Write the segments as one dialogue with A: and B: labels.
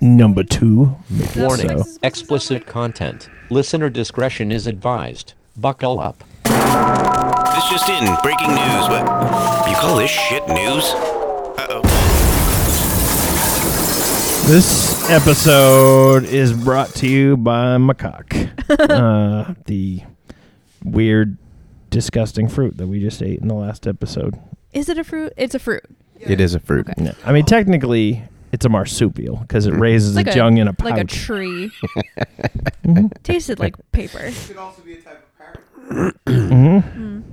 A: Number two. Maybe
B: Warning
A: So.
B: explicit content. Listener discretion is advised. Buckle up.
C: This just in, breaking news. What? You call this shit news?
A: This episode is brought to you by macaque, uh, the weird, disgusting fruit that we just ate in the last episode.
D: Is it a fruit? It's a fruit.
E: It is a fruit.
A: No, I mean, technically, it's a marsupial because it raises
D: Like
A: its young in a pouch. Mm-hmm.
D: like a tree. Tasted like paper. Mm.
E: Um,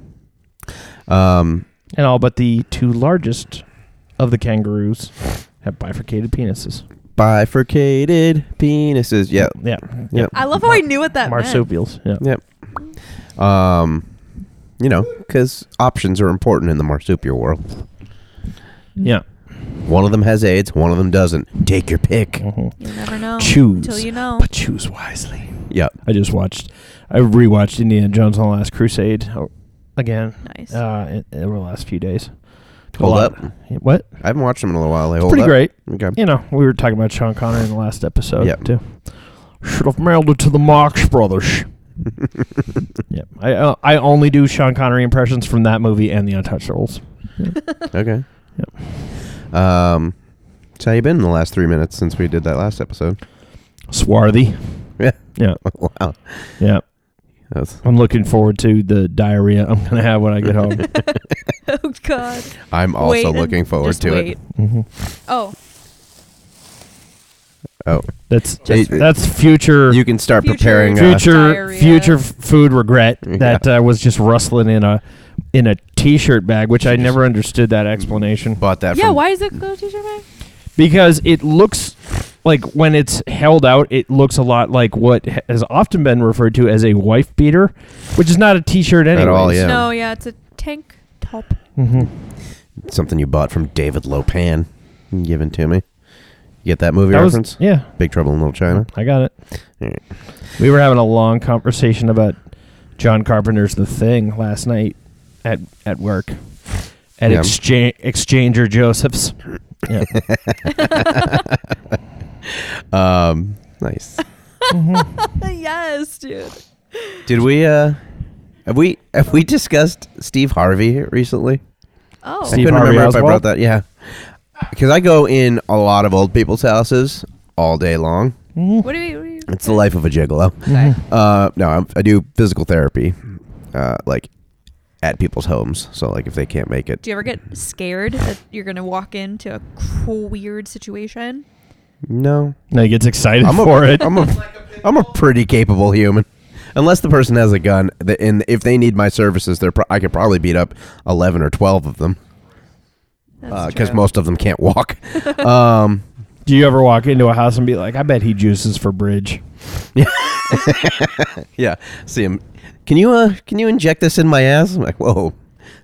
A: Mm-hmm. and all but the two largest of the kangaroos have bifurcated penises.
E: bifurcated penises. Yeah.
A: Yeah.
E: Yep.
D: I love how I knew what that meant.
A: Marsupials. Yeah.
E: Yep. Um, you know, because options are important in the marsupial world.
A: Yeah.
E: One of them has AIDS. One of them doesn't. Take your pick.
A: Mm-hmm.
D: You never know
A: Choose.
D: until you know.
A: But choose wisely.
E: Yep.
A: I just watched, I rewatched Indiana Jones and the Last Crusade uh, again.
D: Nice.
A: Uh, in- over the last few days.
E: Hold
A: A lot-
E: up.
A: What?
E: I haven't watched them in a little while. They hold
A: Pretty
E: up.
A: great.
E: Okay.
A: You know, we were talking about Sean Connery in the last episode
E: Yep.
A: too. Should have mailed it to the Marx Brothers. yep. I uh, I only do Sean Connery impressions from that movie and The Untouchables.
E: Okay. Yep. Um, so how you been in the last three minutes since we did that last episode?
A: Swarthy.
E: Yeah.
A: Yeah.
E: wow.
A: Yeah.
E: That's,
A: I'm looking forward to the diarrhea I'm gonna have when I get home.
D: oh God.
E: I'm also
D: Wait and
E: looking forward
D: just
E: to
D: wait.
E: it.
A: Mm-hmm.
D: Oh,
E: Oh,
A: That's
E: Hey,
A: that's future
E: you can start
D: Future-
E: preparing. uh,
A: future
D: Diarrhea.
A: future f- food regret
E: Yeah.
A: that uh, was just rustling in a in a t-shirt bag, which I never understood that explanation.
E: bought that.
D: yeah.
E: from-
D: Why is it go T-shirt bag?
A: because it looks like when it's held out, it looks a lot like what has often been referred to as a wife beater, which is not a T-shirt anyways. Mm-hmm.
E: At all, Yeah.
D: No, yeah, it's a tank top.
E: something you bought from David Lopan, given to me. You get that movie
A: That was-
E: reference?
A: yeah,
E: Big Trouble in Little China.
A: I got it.
E: Alright.
A: We were having a long conversation about John Carpenter's The Thing last night at at work at
E: Yeah.
A: Excha- Exchanger Joseph's. Yeah.
E: Um, nice.
D: yes, dude.
E: Did we? uh Have we? Have we discussed Steve Harvey recently?
D: Oh,
A: Steve
E: I couldn't
A: Harvey
E: remember if I
A: Oswald?
E: brought that. Yeah, because I go in a lot of old people's houses all day long.
D: what do you? What do you
E: It's the life of a gigolo. Uh, no, I'm, I do physical therapy, uh, like at people's homes. So like if they can't make it,
D: do you ever get scared that you're gonna walk into a cool, weird situation?
E: no,
A: Now he gets excited
E: I'm a,
A: for it.
E: am a, I'm a pretty capable human. Unless the person has a gun, th- and if they need my services, they're pro- I could probably beat up eleven or twelve of them
D: That's
E: because
D: true.
E: most of them can't walk.
A: Do you ever walk into a house and be like, "I bet he juices for bridge"?
E: yeah, see him. Can you uh can you inject this in my ass? I'm like, whoa,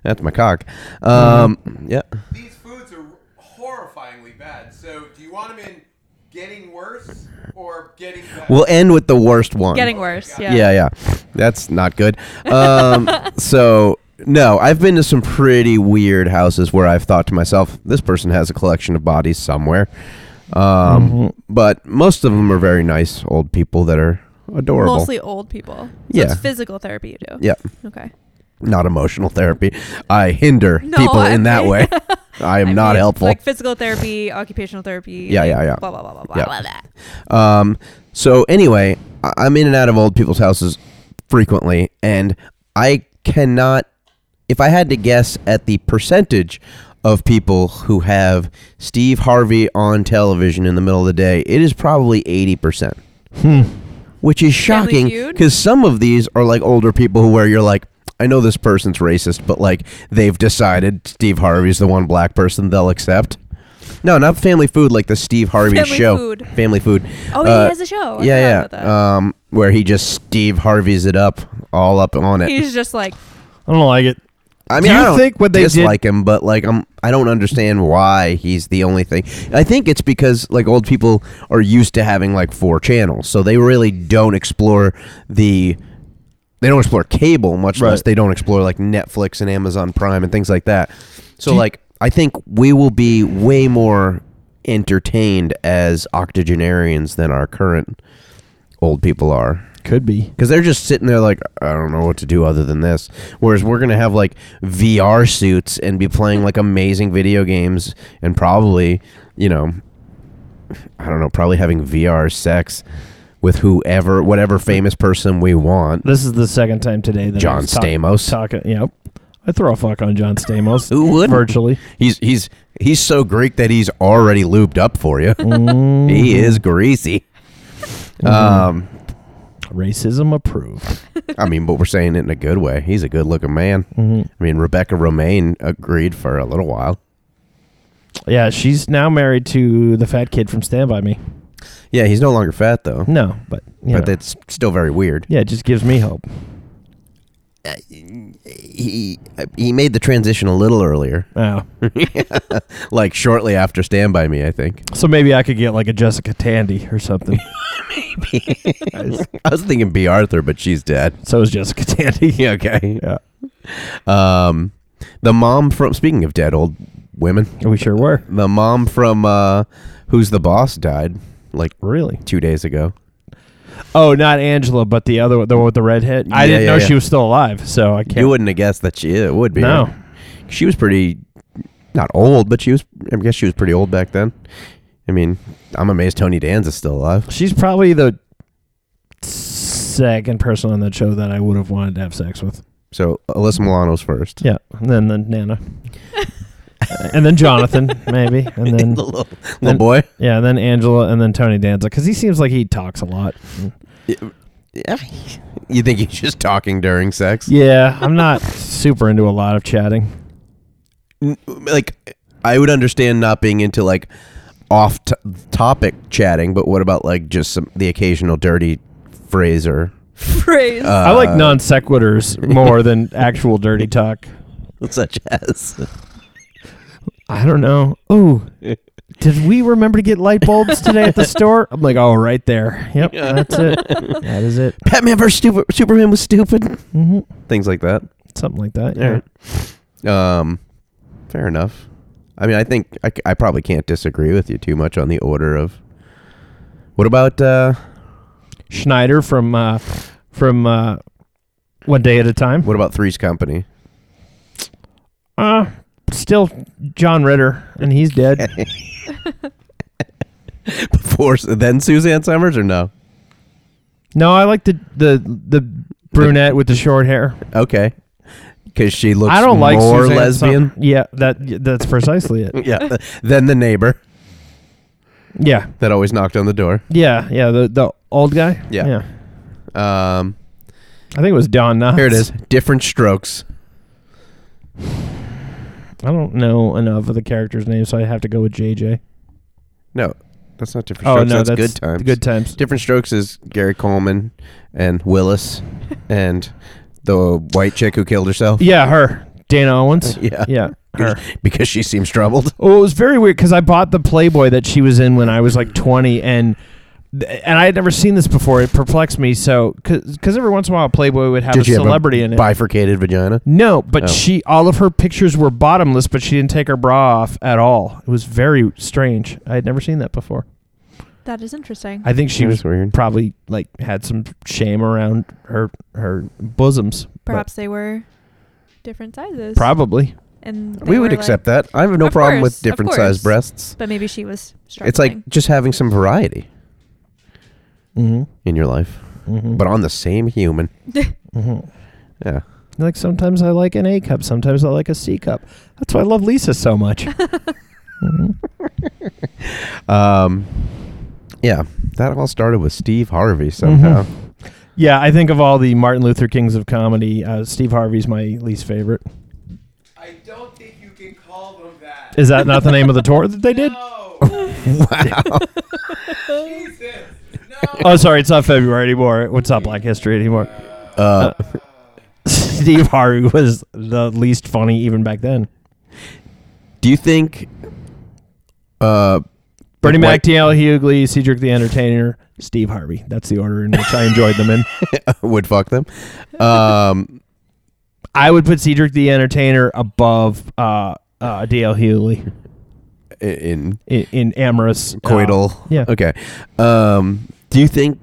E: that's my cock. Um,
D: Mm-hmm.
E: yeah.
F: These foods are horrifyingly bad. So, do you want them in getting worse or getting better?
E: We'll end with the worst one.
D: getting worse. Yeah.
E: yeah, yeah. That's not good. Um, so no, I've been to some pretty weird houses where I've thought to myself, this person has a collection of bodies somewhere. Um, but most of them are very nice old people that are adorable.
D: Mostly old people. So
E: Yeah.
D: It's physical therapy you do.
E: Yeah,
D: Okay.
E: not emotional therapy. I hinder
D: No,
E: people
D: I
E: in that
D: mean-
E: way. I am
D: I
E: not
D: mean,
E: helpful.
D: Like physical therapy, occupational therapy.
E: Yeah,
D: like
E: yeah, yeah.
D: Blah blah blah blah
E: Yeah.
D: blah blah. blah.
E: Um, so anyway, I- I'm in and out of old people's houses frequently, and I cannot. If I had to guess at the percentage of people who have Steve Harvey on television in the middle of the day, it is probably eighty percent. Which is shocking
D: Feud?
E: because some of these are like older people who where you're like, I know this person's racist, but like they've decided Steve Harvey's the one black person they'll accept. No, not family food, like the Steve Harvey
D: Family
E: show.
D: Food.
E: Family food.
D: Oh, he has a show. I forgot
E: Uh, yeah,
D: about that.
E: yeah. Um, where he just Steve Harvey's it up, all up on it.
D: He's just like
A: I don't like it.
E: I
A: Do
E: mean, I
A: you
E: don't
A: think what they did-
E: dislike him, but like, I'm I don't understand why he's the only thing. I think it's because like old people are used to having like four channels, so they really don't explore the. They don't explore cable much less
A: Right.
E: they don't explore like Netflix and Amazon Prime and things like that. So
A: Do you-
E: like, I think we will be way more entertained as octogenarians than our current old people are.
A: Could be.
E: Because they're just sitting there like, I don't know what to do other than this. Whereas we're going to have like VR suits and be playing like amazing video games and probably, you know, I don't know, probably having VR sex with whoever, whatever famous person we want.
A: This is the second time today that I
E: John
A: was talk-
E: Stamos.
A: Talking, yep. I throw a fuck on John Stamos.
E: Who wouldn't?
A: Virtually.
E: He's he's he's so Greek that he's already lubed up for you. he is greasy. Um,
A: Racism approved.
E: I mean, but we're saying it in a good way. He's a good-looking man.
A: Mm-hmm.
E: I mean, Rebecca Romaine agreed for a little while.
A: Yeah, she's now married to the fat kid from Stand By Me.
E: Yeah, he's no longer fat though,
A: No, but you know.
E: but that's still very weird.
A: yeah, it just gives me hope.
E: He he made the transition a little earlier,
A: Oh.
E: like shortly after Stand by Me, I think.
A: so maybe I could get like a Jessica Tandy or something.
E: I was thinking B. Arthur, but she's dead.
A: so is Jessica Tandy.
E: Yeah, okay.
A: Yeah.
E: Um, the mom from speaking of dead old women,
A: We sure were.
E: the mom from uh, Who's the Boss died like
A: Really?
E: two days ago.
A: Oh, not Angela, but the other one, the one with the red head. I
E: Yeah,
A: didn't
E: yeah,
A: know
E: yeah.
A: she was still alive, so I can't.
E: You wouldn't have guessed that she it would be.
A: No.
E: right? she was pretty not old, but she was. I guess she was pretty old back then. I mean, I'm amazed Tony Danza's still alive.
A: She's probably the second person on that show that I would have wanted to have sex with.
E: So Alyssa Milano's first.
A: Yeah, and then then Nana, and then Jonathan maybe, and then
E: the little,
A: then-
E: little boy.
A: yeah, and then Angela, and then Tony Danza because he seems like he talks a lot.
E: Yeah. You think he's just talking during sex?
A: Yeah, I'm not super into a lot of chatting.
E: N- Like, I would understand not being into like off t- topic chatting, but what about like just some the occasional dirty phrase or
D: Praise.
E: uh,
A: I like non sequiturs more than actual dirty talk.
E: such as?
A: I don't know. Ooh, did we remember to get light bulbs today at the store? I'm like, oh, right there. Yep, that's it. That is it. Mm-hmm.
E: Batman versus Stup- Superman was stupid. Things like that.
A: Something like that.
E: All right. Um, fair enough. I mean, I think I, c- I probably can't disagree with you too much on the order of. What about uh,
A: Schneider from uh, from uh, One Day at a Time.
E: what about Three's Company?
A: Uh, still John Ritter, and he's dead.
E: Before s- then, Suzanne Summers or no?
A: no, I like the the the brunette with the short hair.
E: Okay, because she looks
A: I don't like
E: more
A: Suzanne
E: lesbian. Mm.
A: Sum- yeah, that that's precisely it.
E: yeah, th- than the neighbor
A: Yeah,
E: that always knocked on the door.
A: yeah, yeah. The the old guy.
E: Yeah.
A: yeah.
E: Um,
A: I think it was Don Knotts.
E: here it is. Different strokes.
A: I don't know enough of the character's name, so I have to go with JJ.
E: No, that's not different
A: Oh
E: strokes.
A: no,
E: that's,
A: that's
E: good times.
A: Good times.
E: Different Strokes is Gary Coleman and Willis and the white chick who killed herself.
A: Yeah, her Dana Owens.
E: Yeah.
A: yeah, her.
E: Because she seems troubled.
A: Well, it was very weird because I bought the Playboy that she was in when I was like 20, and and I had never seen this before. It perplexed me. So, because every once in a while, Playboy would have a celebrity in it.
E: bifurcated vagina?
A: no, but
E: Oh.
A: she all of her pictures were bottomless, but she didn't take her bra off at all. It was very strange. I had never seen that before.
D: that is interesting.
A: I think she
E: That's
A: was
E: weird.
A: probably like had some shame around her her bosoms. but
D: Perhaps they were different sizes.
A: Probably.
D: And they
E: We would
D: were, like-
E: accept that. I have no
D: Of
E: problem
D: course,
E: with
D: of
E: different sized
D: course.
E: breasts.
D: But maybe she was. Struggling.
E: It's like just having some variety
A: Mm-hmm.
E: in your life,
A: Mm-hmm.
E: but on the same human.
A: mm-hmm.
E: Yeah.
A: Like sometimes I like an A cup, sometimes I like a C cup. That's why I love Lisa so much. Mhm.
E: Um, yeah. That all started with Steve Harvey somehow.
A: Yeah, I think of all the Martin Luther Kings of comedy, uh, Steve Harvey's my least favorite.
F: I don't think you can call them that.
A: Is that not the name of the tour that they did?
F: No.
E: wow.
F: Jesus. No.
A: Oh, sorry, it's not February anymore. What's not Black History anymore?
E: Uh,
A: Steve Harvey was the least funny even back then.
E: do you think. Uh,
A: Bernie
E: Like
A: Mac, DL Hughley, Cedric the Entertainer, Steve Harvey. That's the order in which I enjoyed them in.
E: would fuck them. Um,
A: I would put Cedric the Entertainer above uh, uh, DL Hughley.
E: i- in
A: in, in amorous uh,
E: coital.
A: yeah.
E: Okay. Um, do you think?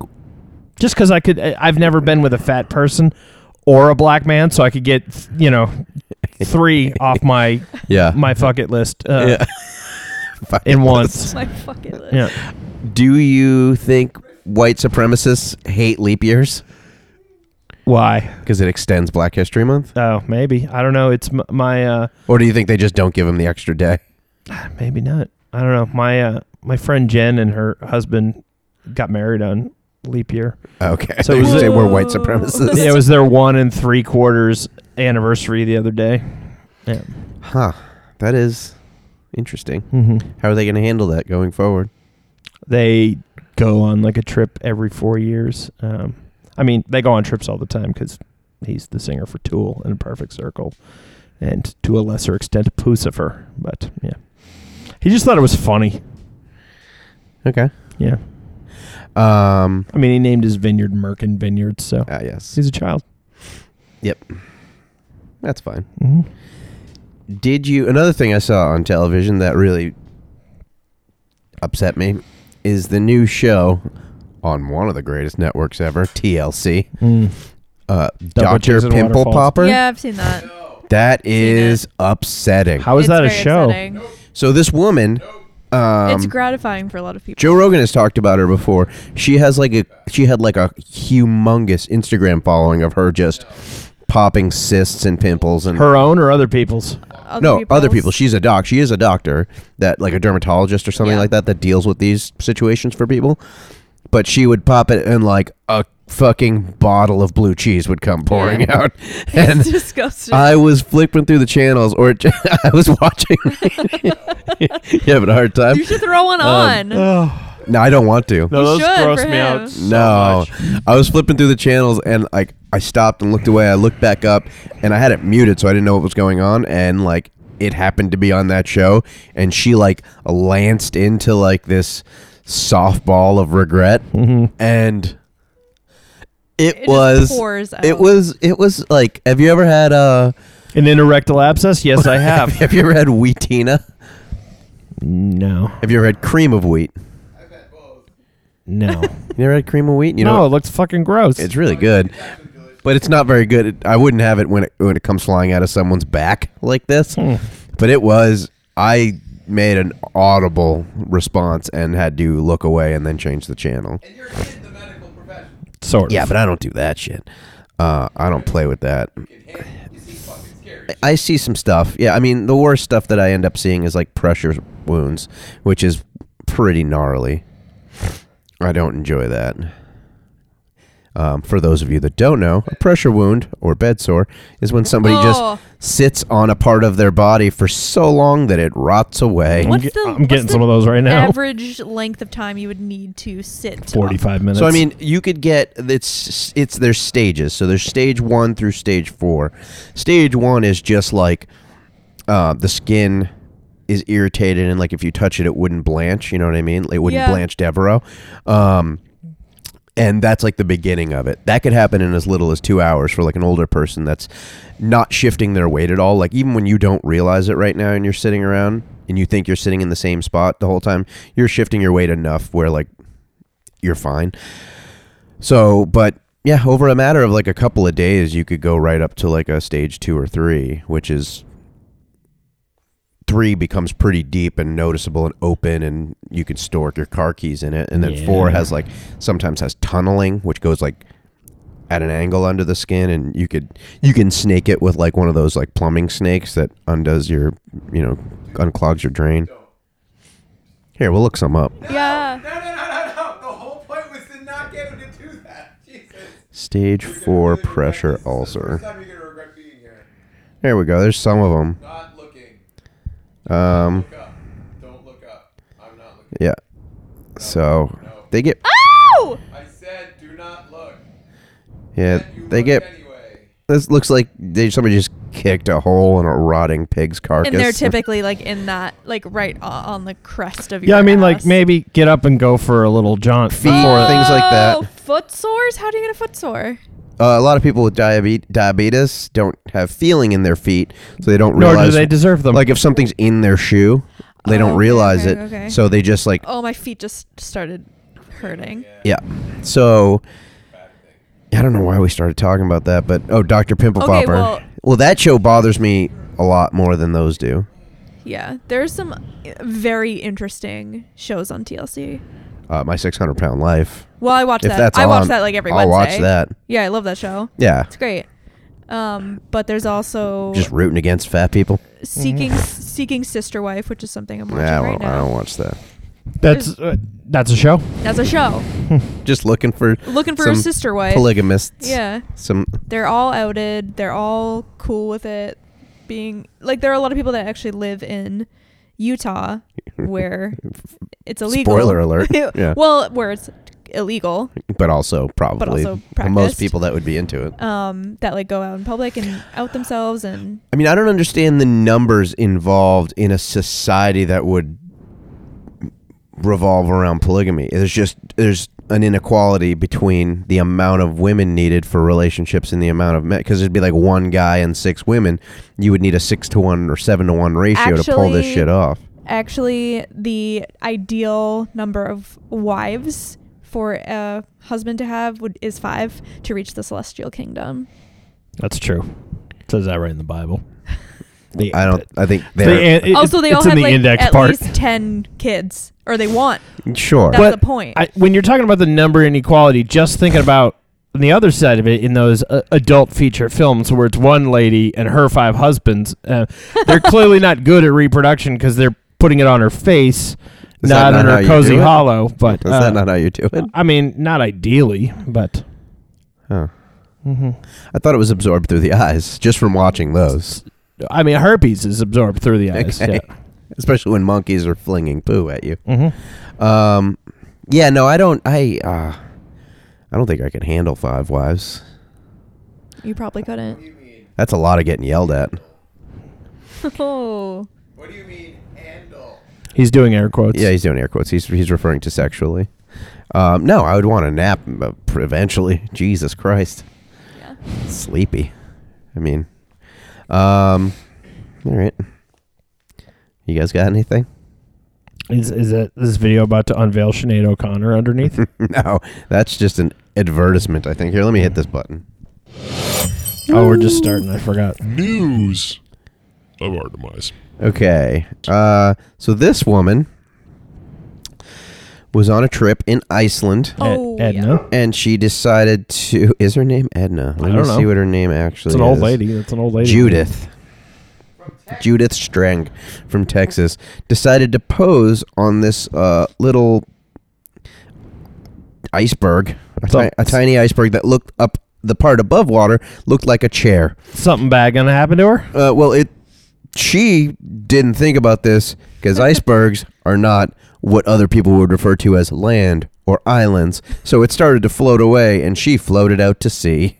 A: just because I could. I- I've never been with a fat person or a black man, so I could get you know three off my
E: Yeah.
A: my fuck it list uh,
E: Yeah.
A: in once.
D: My fucking list.
A: Yeah,
E: Do you think white supremacists hate leap years
A: why?
E: because it extends Black History Month,
A: Oh, maybe I don't know. It's m- my uh,
E: or do you think they just don't give them the extra day?
A: maybe not. I don't know. My uh, my friend Jen and her husband got married on leap year.
E: Okay.
A: So
E: So you
A: is it-
E: say we're white
D: Whoa.
E: supremacists?
A: it was their one and three quarters anniversary the other day. Yeah.
E: Huh. That is interesting.
A: hmm
E: How are they going to handle that going forward?
A: They go on like a trip every four years. Um, I mean, they go on trips all the time because he's the singer for Tool and Perfect Circle, and to a lesser extent, Pucifer. But yeah, he just thought it was funny.
E: Okay.
A: Yeah.
E: Um.
A: I mean, he named his vineyard Merkin Vineyards, so
E: Ah, yes.
A: he's a child.
E: Yep. That's fine.
A: hmm
E: Did you? Another thing I saw on television that really upset me is the new show on one of the greatest networks ever, TLC.
A: Mm.
E: Uh, Doctor
A: Jizzing
E: Pimple
A: Waterfalls.
E: Popper.
D: Yeah, I've seen that.
E: Oh, That is upsetting.
A: How is
D: It's
A: that a
D: very
A: show?
D: upsetting.
E: So this woman, um,
D: it's gratifying for a lot of people.
E: Joe Rogan has talked about her before. She has like a she had like a humongous Instagram following of her just popping cysts and pimples and
A: Her own or other people's?
D: Other
E: no other people.
D: people's.
E: She's a doc. She is a doctor that like a dermatologist or something
D: Yeah.
E: like that that deals with these situations for people. But she would pop it and like a fucking bottle of blue cheese would come pouring
D: Yeah.
E: out and.
D: it's disgusting.
E: I was flipping through the channels, or I was watching. you having a hard time?
D: you should throw one on.
E: Uh, No, I don't want to.
A: No,
D: You those should gross for me him. out so
E: No, I was flipping through the channels and like I stopped and looked away. I looked back up and I had it muted, so I didn't know what was going on. And like it happened to be on that show, and she like lanced into like this softball of regret, and it,
D: just
E: was
D: pours
E: it
D: out.
E: was it was like have you ever had uh
A: An interrectal abscess? Yes, I have.
E: have you ever had wheatina?
A: no,
E: Have you ever had cream of wheat?
A: no,
E: You never had cream of wheat? You
A: no.
E: know
A: it looks fucking gross.
E: It's really good, but it's not very good. It- I wouldn't have it when it when it comes flying out of someone's back like this. But it was. I made an audible response and had to look away and then change the channel.
F: And you're in the medical profession.
A: sort of.
E: Yeah, but I don't do that shit. Uh, I don't play with that.
F: You see fucking scary.
E: I see some stuff. Yeah, I mean the worst stuff that I end up seeing is like pressure wounds, which is pretty gnarly. I don't enjoy that. Um, for those of you that don't know, a pressure wound or bed sore is when somebody
D: Oh.
E: just sits on a part of their body for so long that it rots away.
A: I'm,
D: What's
A: ge-
D: the-
A: I'm
D: what's
A: getting
D: the
A: some of those right now.
D: Average length of time you would need to sit.
A: Forty-five minutes.
E: So I mean, you could get it's it's there's stages. So there's stage one through stage four. Stage one is just like uh, the skin is irritated, and like if you touch it, it wouldn't blanche. You know what I mean? It wouldn't
D: Yeah.
E: blanch Devereaux. Um, and that's like the beginning of it. That could happen in as little as two hours for like an older person that's not shifting their weight at all. Like even when you don't realize it right now, and you're sitting around and you think you're sitting in the same spot the whole time, you're shifting your weight enough where like you're fine. So, but yeah, over a matter of like a couple of days, you could go right up to like a stage two or three, which is three becomes pretty deep and noticeable and open, and you can store your car keys in it. And then four
A: Yeah.
E: has like sometimes has tunneling, which goes like at an angle under the skin and you could you can snake it with like one of those like plumbing snakes that undoes your you know unclogs your drain here we'll look some up
D: Yeah.
F: No, no, no, no, no. The whole point was to not get him to do that. Jesus.
E: stage
F: You're gonna
E: four
F: really regret
E: pressure
F: this. This is the
E: ulcer
F: first time you're gonna regret being here.
E: There we go. There's some of them.
F: Not looking.
E: Um,
F: Look up. Don't look up. I'm not looking.
E: yeah. So they get
D: Oh!
F: I said do not look.
E: yeah
F: And you
E: they
F: looked
E: get.
F: anyway.
E: This looks like they somebody just kicked a hole in a rotting pig's carcass.
D: And they're typically like in that, like right o- on the crest of your.
A: yeah, I mean, like
D: ass.
A: maybe get up and go for a little jaunt
E: Feet.
A: before
E: Oh. things like that.
D: Oh, Foot sores? How do you get a foot sore?
E: Uh, a lot of people with diabe- diabetes don't have feeling in their feet, so they don't
A: Nor
E: realize.
A: do they deserve them.
E: Like if something's in their shoe, They
D: Oh,
E: don't
D: okay,
E: realize
D: okay,
E: it.
D: okay.
E: So they just like
D: Oh, my feet just started hurting.
E: yeah. So I don't know why we started talking about that, but oh, Dr. Pimple
D: Okay,
E: Popper.
D: well-
E: well, that show bothers me a lot more than those do.
D: Yeah, there's some eh, very interesting shows on TLC.
E: Uh, my 600 pound life.
D: Well, I watch
E: If
D: that.
E: that's
D: I watch
E: on,
D: that like every
E: I'll watch
D: Wednesday.
E: that.
D: Yeah, I love that show.
E: Yeah.
D: It's great. Um, but there's also
E: Just rooting against fat people.
D: Seeking Seeking Sister Wife, which is something I'm watching
E: Yeah, I
D: right
E: don't, I
D: now.
E: don't watch that.
A: That's uh, that's a show.
D: That's a show.
E: Just looking for
D: Looking for
E: some
D: a sister wife.
E: polygamists.
D: Yeah.
E: Some
D: They're all outed. They're all cool with it. Being like there are a lot of people that actually live in Utah where it's illegal.
E: Spoiler alert. Yeah.
D: Well, where it's illegal.
E: but also probably
D: also
E: for most
D: practiced.
E: people that would be into it.
D: Um, that like go out in public and out themselves and
E: I mean, I don't understand the numbers involved in a society that would revolve around polygamy. There's just there's an inequality between the amount of women needed for relationships and the amount of men. Because it'd be like one guy and six women. You would need a six to one or seven to one ratio to pull this
D: Actually-
E: shit off.
D: actually the ideal number of wives for a husband to have would is five to reach the celestial kingdom.
A: That's true. It says that right in the Bible. The-
E: I don't. I think
A: the-
E: they're
A: it-
D: also, they
A: it's
D: all
A: in
D: have
A: the
D: like
A: index
D: at
A: part.
D: least ten kids, or they want.
E: sure.
D: That's
A: But
D: the point.
A: I, when you're talking about the number inequality, just thinking about on the other side of it in those uh, adult feature films where it's one lady and her five husbands, uh, they're clearly not good at reproduction because they're putting it on her face,
E: Is
A: not,
E: that not
A: on
E: how
A: her
E: you
A: cozy
E: do it?
A: hollow. But
E: Is
A: uh,
E: that not how you do it?
A: I mean, not ideally, but
D: uh,
E: Huh.
D: mm-hmm.
E: I thought it was absorbed through the eyes, just from watching those.
A: I mean, herpes is absorbed through the eyes.
E: Okay.
A: Yeah.
E: Especially when monkeys are flinging poo at you. Um, yeah, no, I don't. I uh, I don't think I could handle five wives.
D: you probably couldn't.
E: That's a lot of getting yelled at.
D: oh,
F: What do you mean handle?
A: He's doing air quotes.
E: Yeah, he's doing air quotes. He's he's referring to sexually. Um, no, I would want a nap uh, eventually. Jesus Christ,
D: yeah.
E: sleepy. I mean, um, all right. You guys got anything?
A: Is is that this video about to unveil Sinead O'Connor underneath?
E: no, that's just an advertisement. I think. Here, let me hit this button.
A: oh, we're just starting. I forgot.
G: News of our demise.
E: Okay. Uh, so this woman was on a trip in Iceland,
D: Oh,
A: Ed- Edna.
D: yeah.
E: and she decided to. Is her name Edna? Let
A: I
E: me
A: don't know.
E: see what her name actually
A: It's an old
E: is.
A: lady. It's an old lady.
E: Judith. Judith Strang from Texas decided to pose on this uh, little iceberg, a,
A: So-
E: ti- a tiny iceberg that looked up the part above water looked like a chair.
A: Something bad gonna happen to her.
E: Uh, well, it. She didn't think about this because icebergs are not what other people would refer to as land or islands. So it started to float away, and she floated out to sea.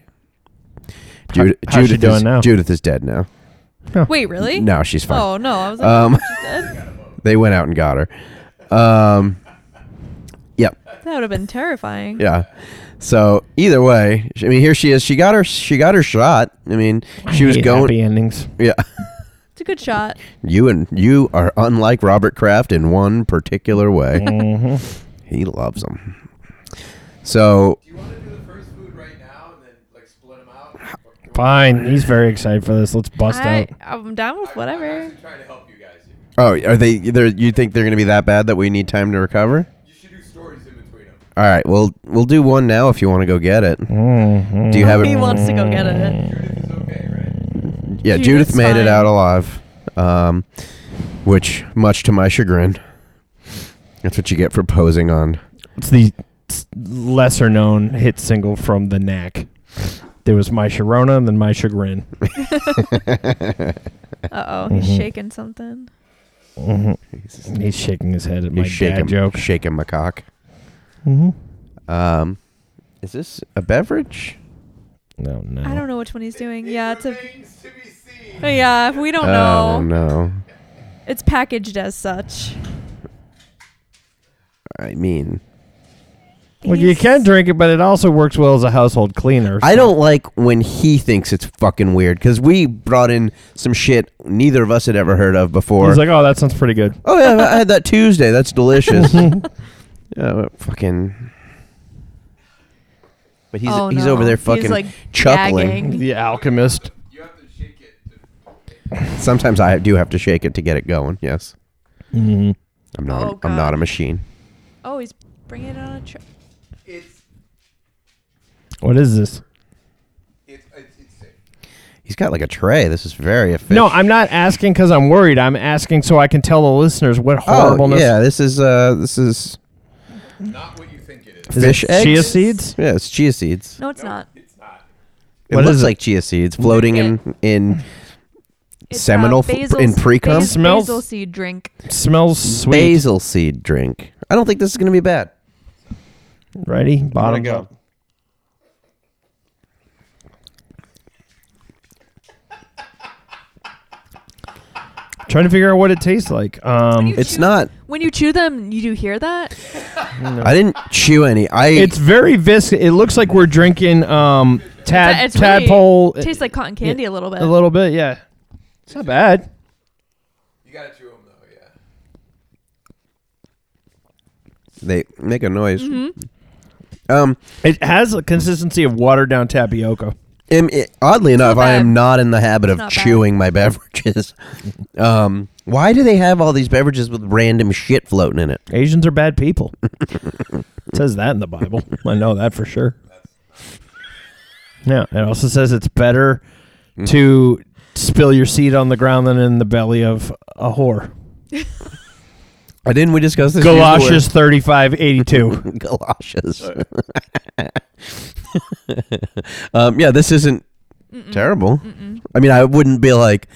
E: Judith,
A: how's she
E: Judith
A: doing
E: is,
A: now?
E: Judith is dead now.
D: Wait, really?
E: No, she's fine.
D: Oh no, I was like,
E: Um,
D: that
E: they went out and got her. Um, yep.
D: would have been terrifying.
E: Yeah. So either way, I mean, here she is. She got her. She got her shot. I mean, she was
A: Hate
E: going.
A: happy endings.
E: Yeah.
D: It's a good shot.
E: You and you are unlike Robert Kraft in one particular way.
A: Mm-hmm.
E: He loves them. So
F: Do you want to do the first food right now and then like split them out? Or- or-
A: Fine. He's very excited for this. Let's bust
D: I,
A: out.
D: I'm down with
F: I'm
D: whatever.
F: actually trying to help you guys. here.
E: Oh, are they? They're, you think they're going to be that bad that we need time to recover?
F: You should do stories in between them.
E: All right, well, we'll do one now if you want to go get it.
A: Mm-hmm.
E: Do you have Mm-hmm.
D: He
E: it?
D: wants to go get it.
F: It's okay, right?
E: Yeah,
D: Judith's
E: Judith made it
D: fine.
E: out alive, um, which, much to my chagrin, that's what you get for posing on.
A: It's the s- lesser known hit single from The Knack. There was My Sharona and then My Chagrin.
D: Uh oh, he's
E: Mm-hmm.
D: shaking something.
A: And he's shaking his head at my
E: You shake
A: dad
E: him,
A: joke.
E: shake him, macaque. Mm-hmm. Um, is this a beverage?
A: No, no.
D: I don't know which one he's doing. Yeah, it's a.
F: Things to be seen.
D: Yeah, we don't
E: Oh
D: know.
E: no!
D: It's packaged as such.
E: I mean,
A: Well, you can drink it, but it also works well as a household cleaner.
E: I don't like when he thinks it's fucking weird because we brought in some shit neither of us had ever heard of before.
A: He's like, oh, that sounds pretty good.
E: oh yeah, I had that Tuesday. That's delicious. yeah, well, fucking. But he's
D: Oh,
E: he's
D: no.
E: over there
D: He's,
E: fucking
D: like,
E: chuckling.
D: gagging.
A: The alchemist.
F: You have to shake it. To,
E: Sometimes I do have to shake it to get it going. Yes,
A: Mm-hmm.
E: I'm not.
D: Oh,
E: I'm not a
D: God.
E: machine.
D: Oh, he's bringing it on a trip.
F: it's,
A: What is this?
F: it's, it's, it's safe.
E: He's got like a tray. This is very efficient.
A: No, I'm not asking because I'm worried. I'm asking so I can tell the listeners what
E: Oh
A: horribleness.
E: yeah, this is uh this is
F: Not what you think it is.
A: Is it
E: fish eggs.
A: Chia seeds.
E: Yeah, it's chia seeds.
D: No, it's not.
F: It's not.
E: It
A: What
E: looks
A: is it?
E: like chia seeds floating in in
D: It's,
E: Seminole f-
D: basil,
E: in pre-cum?
D: basil,
A: Smells-
D: basil seed drink.
A: Smells sweet.
E: basil seed drink. I don't think this is gonna be bad.
A: Ready? Bottom go. Trying to figure out what it tastes like. Um,
E: It's not.
D: When you chew them, you do hear that?
E: I didn't chew any. I.
A: it's very viscous. It looks like we're drinking um tad
D: It's really-
A: tadpole.
D: tastes like cotton candy a little bit.
A: a little bit. Yeah, it's not bad.
F: You gotta chew them though, yeah.
E: they make a noise.
D: Mm-hmm.
E: Um,
A: It has a consistency of watered down tapioca.
E: am- i- oddly enough,
D: not
E: I am
D: bad.
E: not in the habit of
D: not bad.
E: chewing my beverages. um, why do they have all these beverages with random shit floating in it?
A: Asians are bad people. it says that in the Bible. I know that for sure. Yeah, it also says it's better to spill your seed on the ground than in the belly of a whore.
E: Why didn't we discuss this?
A: Galatians thirty-five eighty-two.
E: galoshes. um, yeah, this isn't terrible. I mean, I wouldn't be like,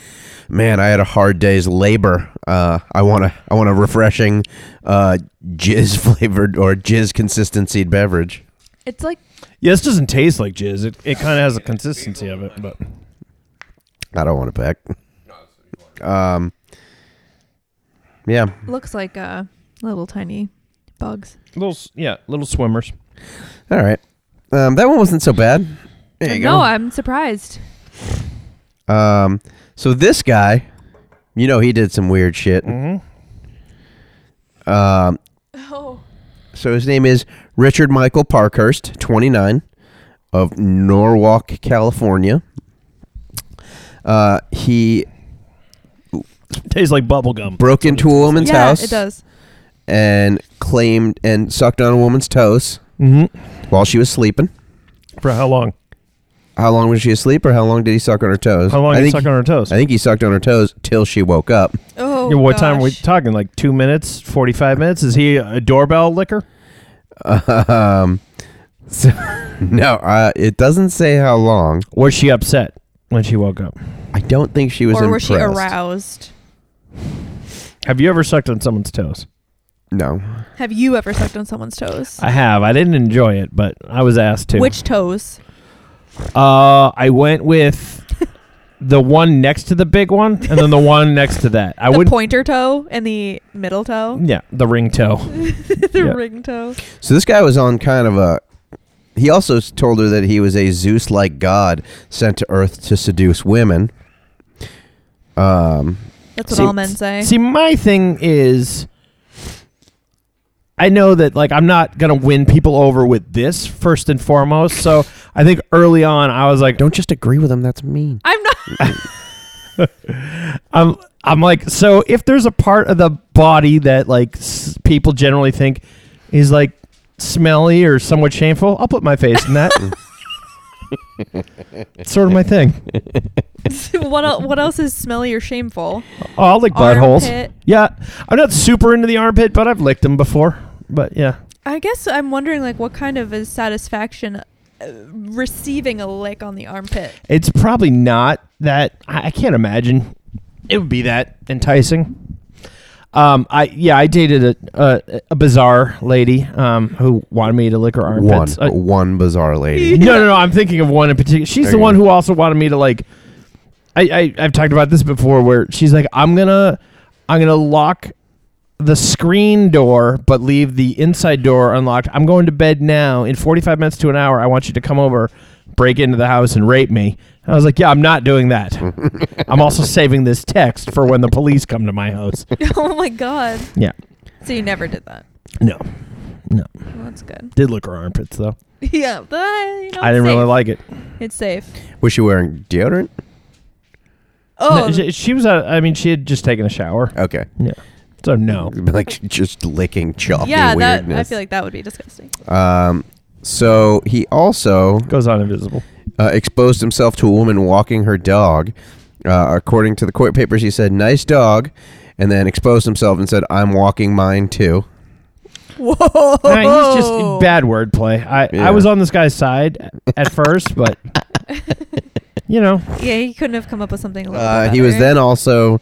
E: man, I had a hard day's labor. Uh, I want to, I want a refreshing, uh, jizz flavored or jizz consistency beverage.
D: It's like
A: yeah, this doesn't taste like jizz. It, it kind of has a consistency of it, but
E: I don't want it back. Um, yeah,
D: looks like uh, little tiny bugs.
A: little s- yeah, little swimmers.
E: all right. Um, that one wasn't so bad. There you
D: no,
E: go.
D: I'm surprised.
E: Um, so this guy, you know, he did some weird shit.
A: Mm.
E: Um,
D: Oh,
E: so his name is Richard Michael Parkhurst, 29, of Norwalk, California. Uh, he
A: Tastes like bubble gum.
E: broke into a woman's
D: yeah,
E: house
D: it does.
E: and claimed and sucked on a woman's toes
A: Mm-hmm.
E: while she was sleeping.
A: For how long?
E: How long was she asleep, or how long did he suck on her toes?
A: How long
E: I
A: did he
E: think,
A: suck on her toes?
E: I think he sucked on her toes till she woke up.
D: Oh,
A: Yeah, what time are we
D: gosh.
A: talking? Like two minutes, forty-five minutes? Is he a doorbell licker?
E: um, so, no, uh, it doesn't say how long.
A: Was she upset when she woke up?
E: I don't think she was
D: or was
E: impressed.
D: she aroused?
A: Have you ever sucked on someone's toes?
E: No,
D: Have you ever sucked on someone's toes?
A: I have. I didn't enjoy it, but I was asked to.
D: Which toes?
A: Uh, I went with the one next to the big one, and then the one next to that. I
D: the
A: would.
D: pointer toe and the middle toe,
A: Yeah, the ring toe.
D: the
A: yeah.
D: ring toe.
E: So this guy was on kind of a. He also s- told her that he was a Zeus-like god sent to Earth to seduce women. Um,
D: That's what
A: See-
D: all men say.
A: See, my thing is, I know that like I'm not gonna win people over with this first and foremost. So I think early on, I was like,
E: don't just agree with him. That's mean.
D: I'm not.
A: I'm I'm like so if there's a part of the body that like s- people generally think is like smelly or somewhat shameful, I'll put my face in that. it's sort of my thing.
D: what el- what else is smelly or shameful?
A: Oh, I'll lick buttholes.
D: Armpit.
A: Yeah, I'm not super into the armpit, but I've licked them before. But yeah,
D: I guess I'm wondering like what kind of is satisfaction uh, receiving a lick on the armpit.
A: it's probably not that. I, I can't imagine it would be that enticing. Um, I yeah, I dated a a, a bizarre lady um who wanted me to lick her
E: One,
A: armpits.
D: uh,
A: Uh, I-
E: one bizarre lady.
A: no, no, no. I'm thinking of one in particular. She's the
E: Okay.
A: one who also wanted me to like. I, I I've talked about this before, where she's like, "I'm gonna, I'm gonna lock the screen door, but leave the inside door unlocked. I'm going to bed now. In 45 minutes to an hour, I want you to come over, break into the house, and rape me. I was like, yeah, I'm not doing that. I'm also saving this text for when the police come to my house.
D: oh my god.
A: Yeah.
D: So you never did that.
A: No. No.
D: Well, that's good.
A: Did look her armpits, though.
D: yeah, but you know,
A: I didn't
D: it's
A: really
D: Oh, safe.
A: like it.
D: It's safe.
E: Was she wearing deodorant?
D: Oh,
A: No, she, she was, uh, I mean, she had just taken a shower.
E: Okay.
A: Yeah. So, no.
E: Like just licking chalky
D: yeah. That
E: weirdness.
D: I feel like that would be disgusting.
E: Um, so he also
A: Goes on invisible.
E: uh, exposed himself to a woman walking her dog. Uh, according to the court papers, he said, "Nice dog," and then exposed himself and said, "I'm walking mine too."
D: Whoa. Oh.
A: I mean, he's just bad wordplay. I,
E: Yeah.
A: I was on this guy's side at first, but you know,
D: Yeah, he couldn't have come up with something. A little
E: Uh,
D: bit
E: he was
D: better.
E: then also.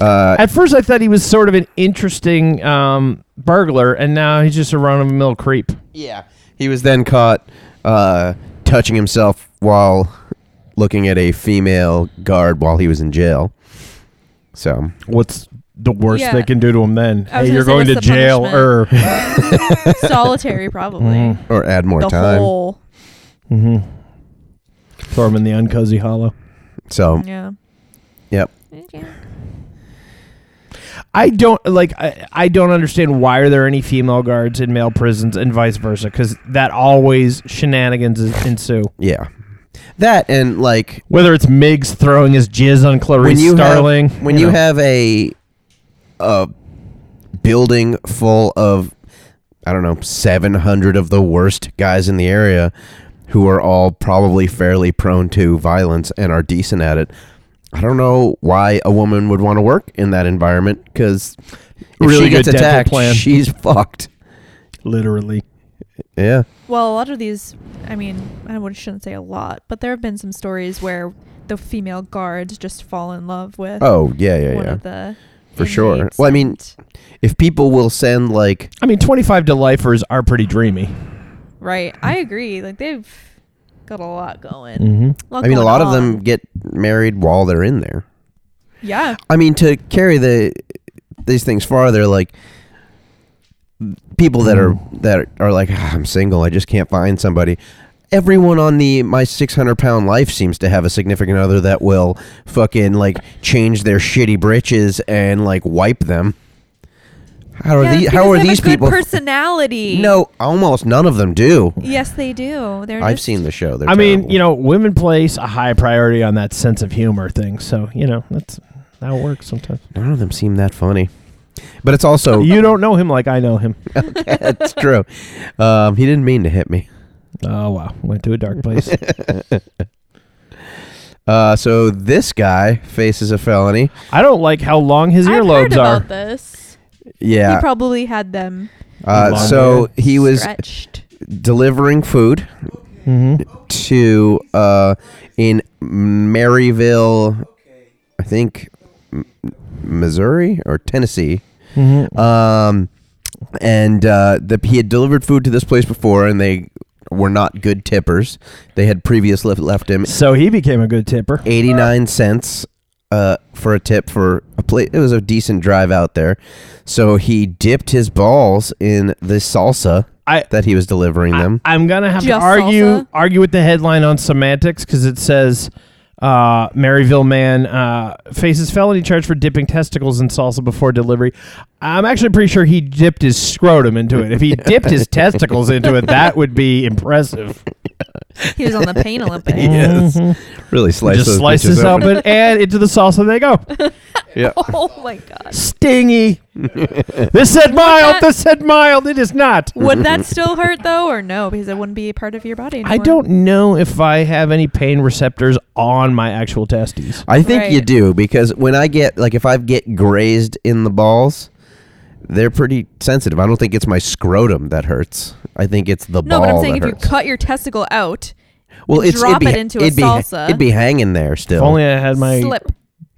E: Uh,
A: at first I thought he was sort of an interesting um, burglar, and now he's just a run-of-the-mill creep.
E: yeah, he was then caught uh, touching himself while looking at a female guard while he was in jail. So
A: What's the worst
D: Yeah.
A: they can do to him then?
D: I was
A: Hey,
D: gonna
A: you're
D: say,
A: going to
D: what's the
A: jail, Er. or
D: punishment? solitary, probably.
E: or add Mm-hmm. more
D: The
E: time.
D: whole.
A: throw him in the uncozy hollow.
E: So
D: Yeah.
E: yep.
A: I don't like. I, I don't understand why are there any female guards in male prisons and vice versa? Because that always shenanigans is- ensue.
E: Yeah. That and like
A: Whether it's Miggs throwing his jizz on Clarice Starling,
E: have, when you,
A: know.
E: have a a building full of I don't know 700 of the worst guys in the area who are all probably fairly prone to violence and are decent at it. I don't know why a woman would want to work in that environment because if
A: Really
E: she gets
A: good dental
E: attacked,
A: plan.
E: she's fucked.
A: literally.
E: Yeah,
D: Well, a lot of these, I mean, I would- shouldn't say a lot, but there have been some stories where the female guards just fall in love with
E: Oh, yeah, yeah,
D: one
E: yeah.
D: of the
E: for sure.
D: inmates
E: Well, I mean,
D: and-
E: if people will send like
A: I mean, 25 to lifers are pretty dreamy.
D: right? I agree. Like they've got a lot going.
E: Mm-hmm.
D: Lot
E: I mean, a
D: going
E: lot of
D: on.
E: them get married while they're in there.
D: Yeah.
E: I mean, to carry the these things farther, like people that are
A: Mm.
E: that are like, "Ah, I'm single, I just can't find somebody. Everyone on the my 600 pound life seems to have a significant other that will fucking like change their shitty britches and like wipe them. How are
D: Yeah,
E: these?
D: because
E: How
D: they
E: are
D: have a
E: these
D: good
E: people?
D: Personality.
E: no, almost none of them do.
D: Yes, they do. They're.
E: I've
D: just-
E: seen the show. They're
A: I mean,
E: terrible.
A: you know, women place a high priority on that sense of humor thing. So, you know, that's that works sometimes.
E: none of them seem that funny. But it's also
A: You don't know him like I know him.
E: that's true. Um, he didn't mean to hit me.
A: Oh, wow. Went to a dark place.
E: Uh, so this guy faces a felony.
A: I don't like how long his
D: I've heard
A: earlobes
D: about
A: are.
D: this.
E: Yeah.
D: He probably had them
E: uh,
A: Long
E: so
A: hair.
E: he was
D: stretched.
E: delivering food Mm-hmm. to uh, in Maryville, I think, M- Missouri or Tennessee. Um, and uh, the, he had delivered food to this place before, and they were not good tippers. They had previously left him
A: So he became a good tipper.
E: 89 cents uh, for a tip for a plate. It was a decent drive out there. So he dipped his balls in the salsa
A: I-
E: that he was delivering them.
A: I'm gonna have
D: Just
A: to argue
D: salsa?
A: argue with the headline on semantics because it says uh, Maryville man uh, faces felony charge for dipping testicles in salsa before delivery. I'm actually pretty sure he dipped his scrotum into it. If he dipped his testicles into it, that would be impressive.
D: He was on the pain Olympic.
E: yes. Really slice
A: Just
E: those
A: slice
E: bitches
A: this up and, and into the salsa they go.
E: Yeah.
D: Oh my god.
A: Stingy. this said mild. This said mild. It is not.
D: Would that still hurt though, or no? Because it wouldn't be a part of your body. Anymore.
A: I don't know if I have any pain receptors on my actual testes.
E: I think you
D: Right.
E: do because when I get like if I get grazed in the balls, they're pretty sensitive. I don't think it's my scrotum that hurts. I think it's the
D: No,
E: ball
D: but I'm saying
E: that
D: if you
E: hurts.
D: cut your testicle out,
E: well, it's
D: drop
E: it'd be,
D: it into a
E: it'd be,
D: salsa.
E: It'd be hanging there still.
A: If only I had my
D: slip.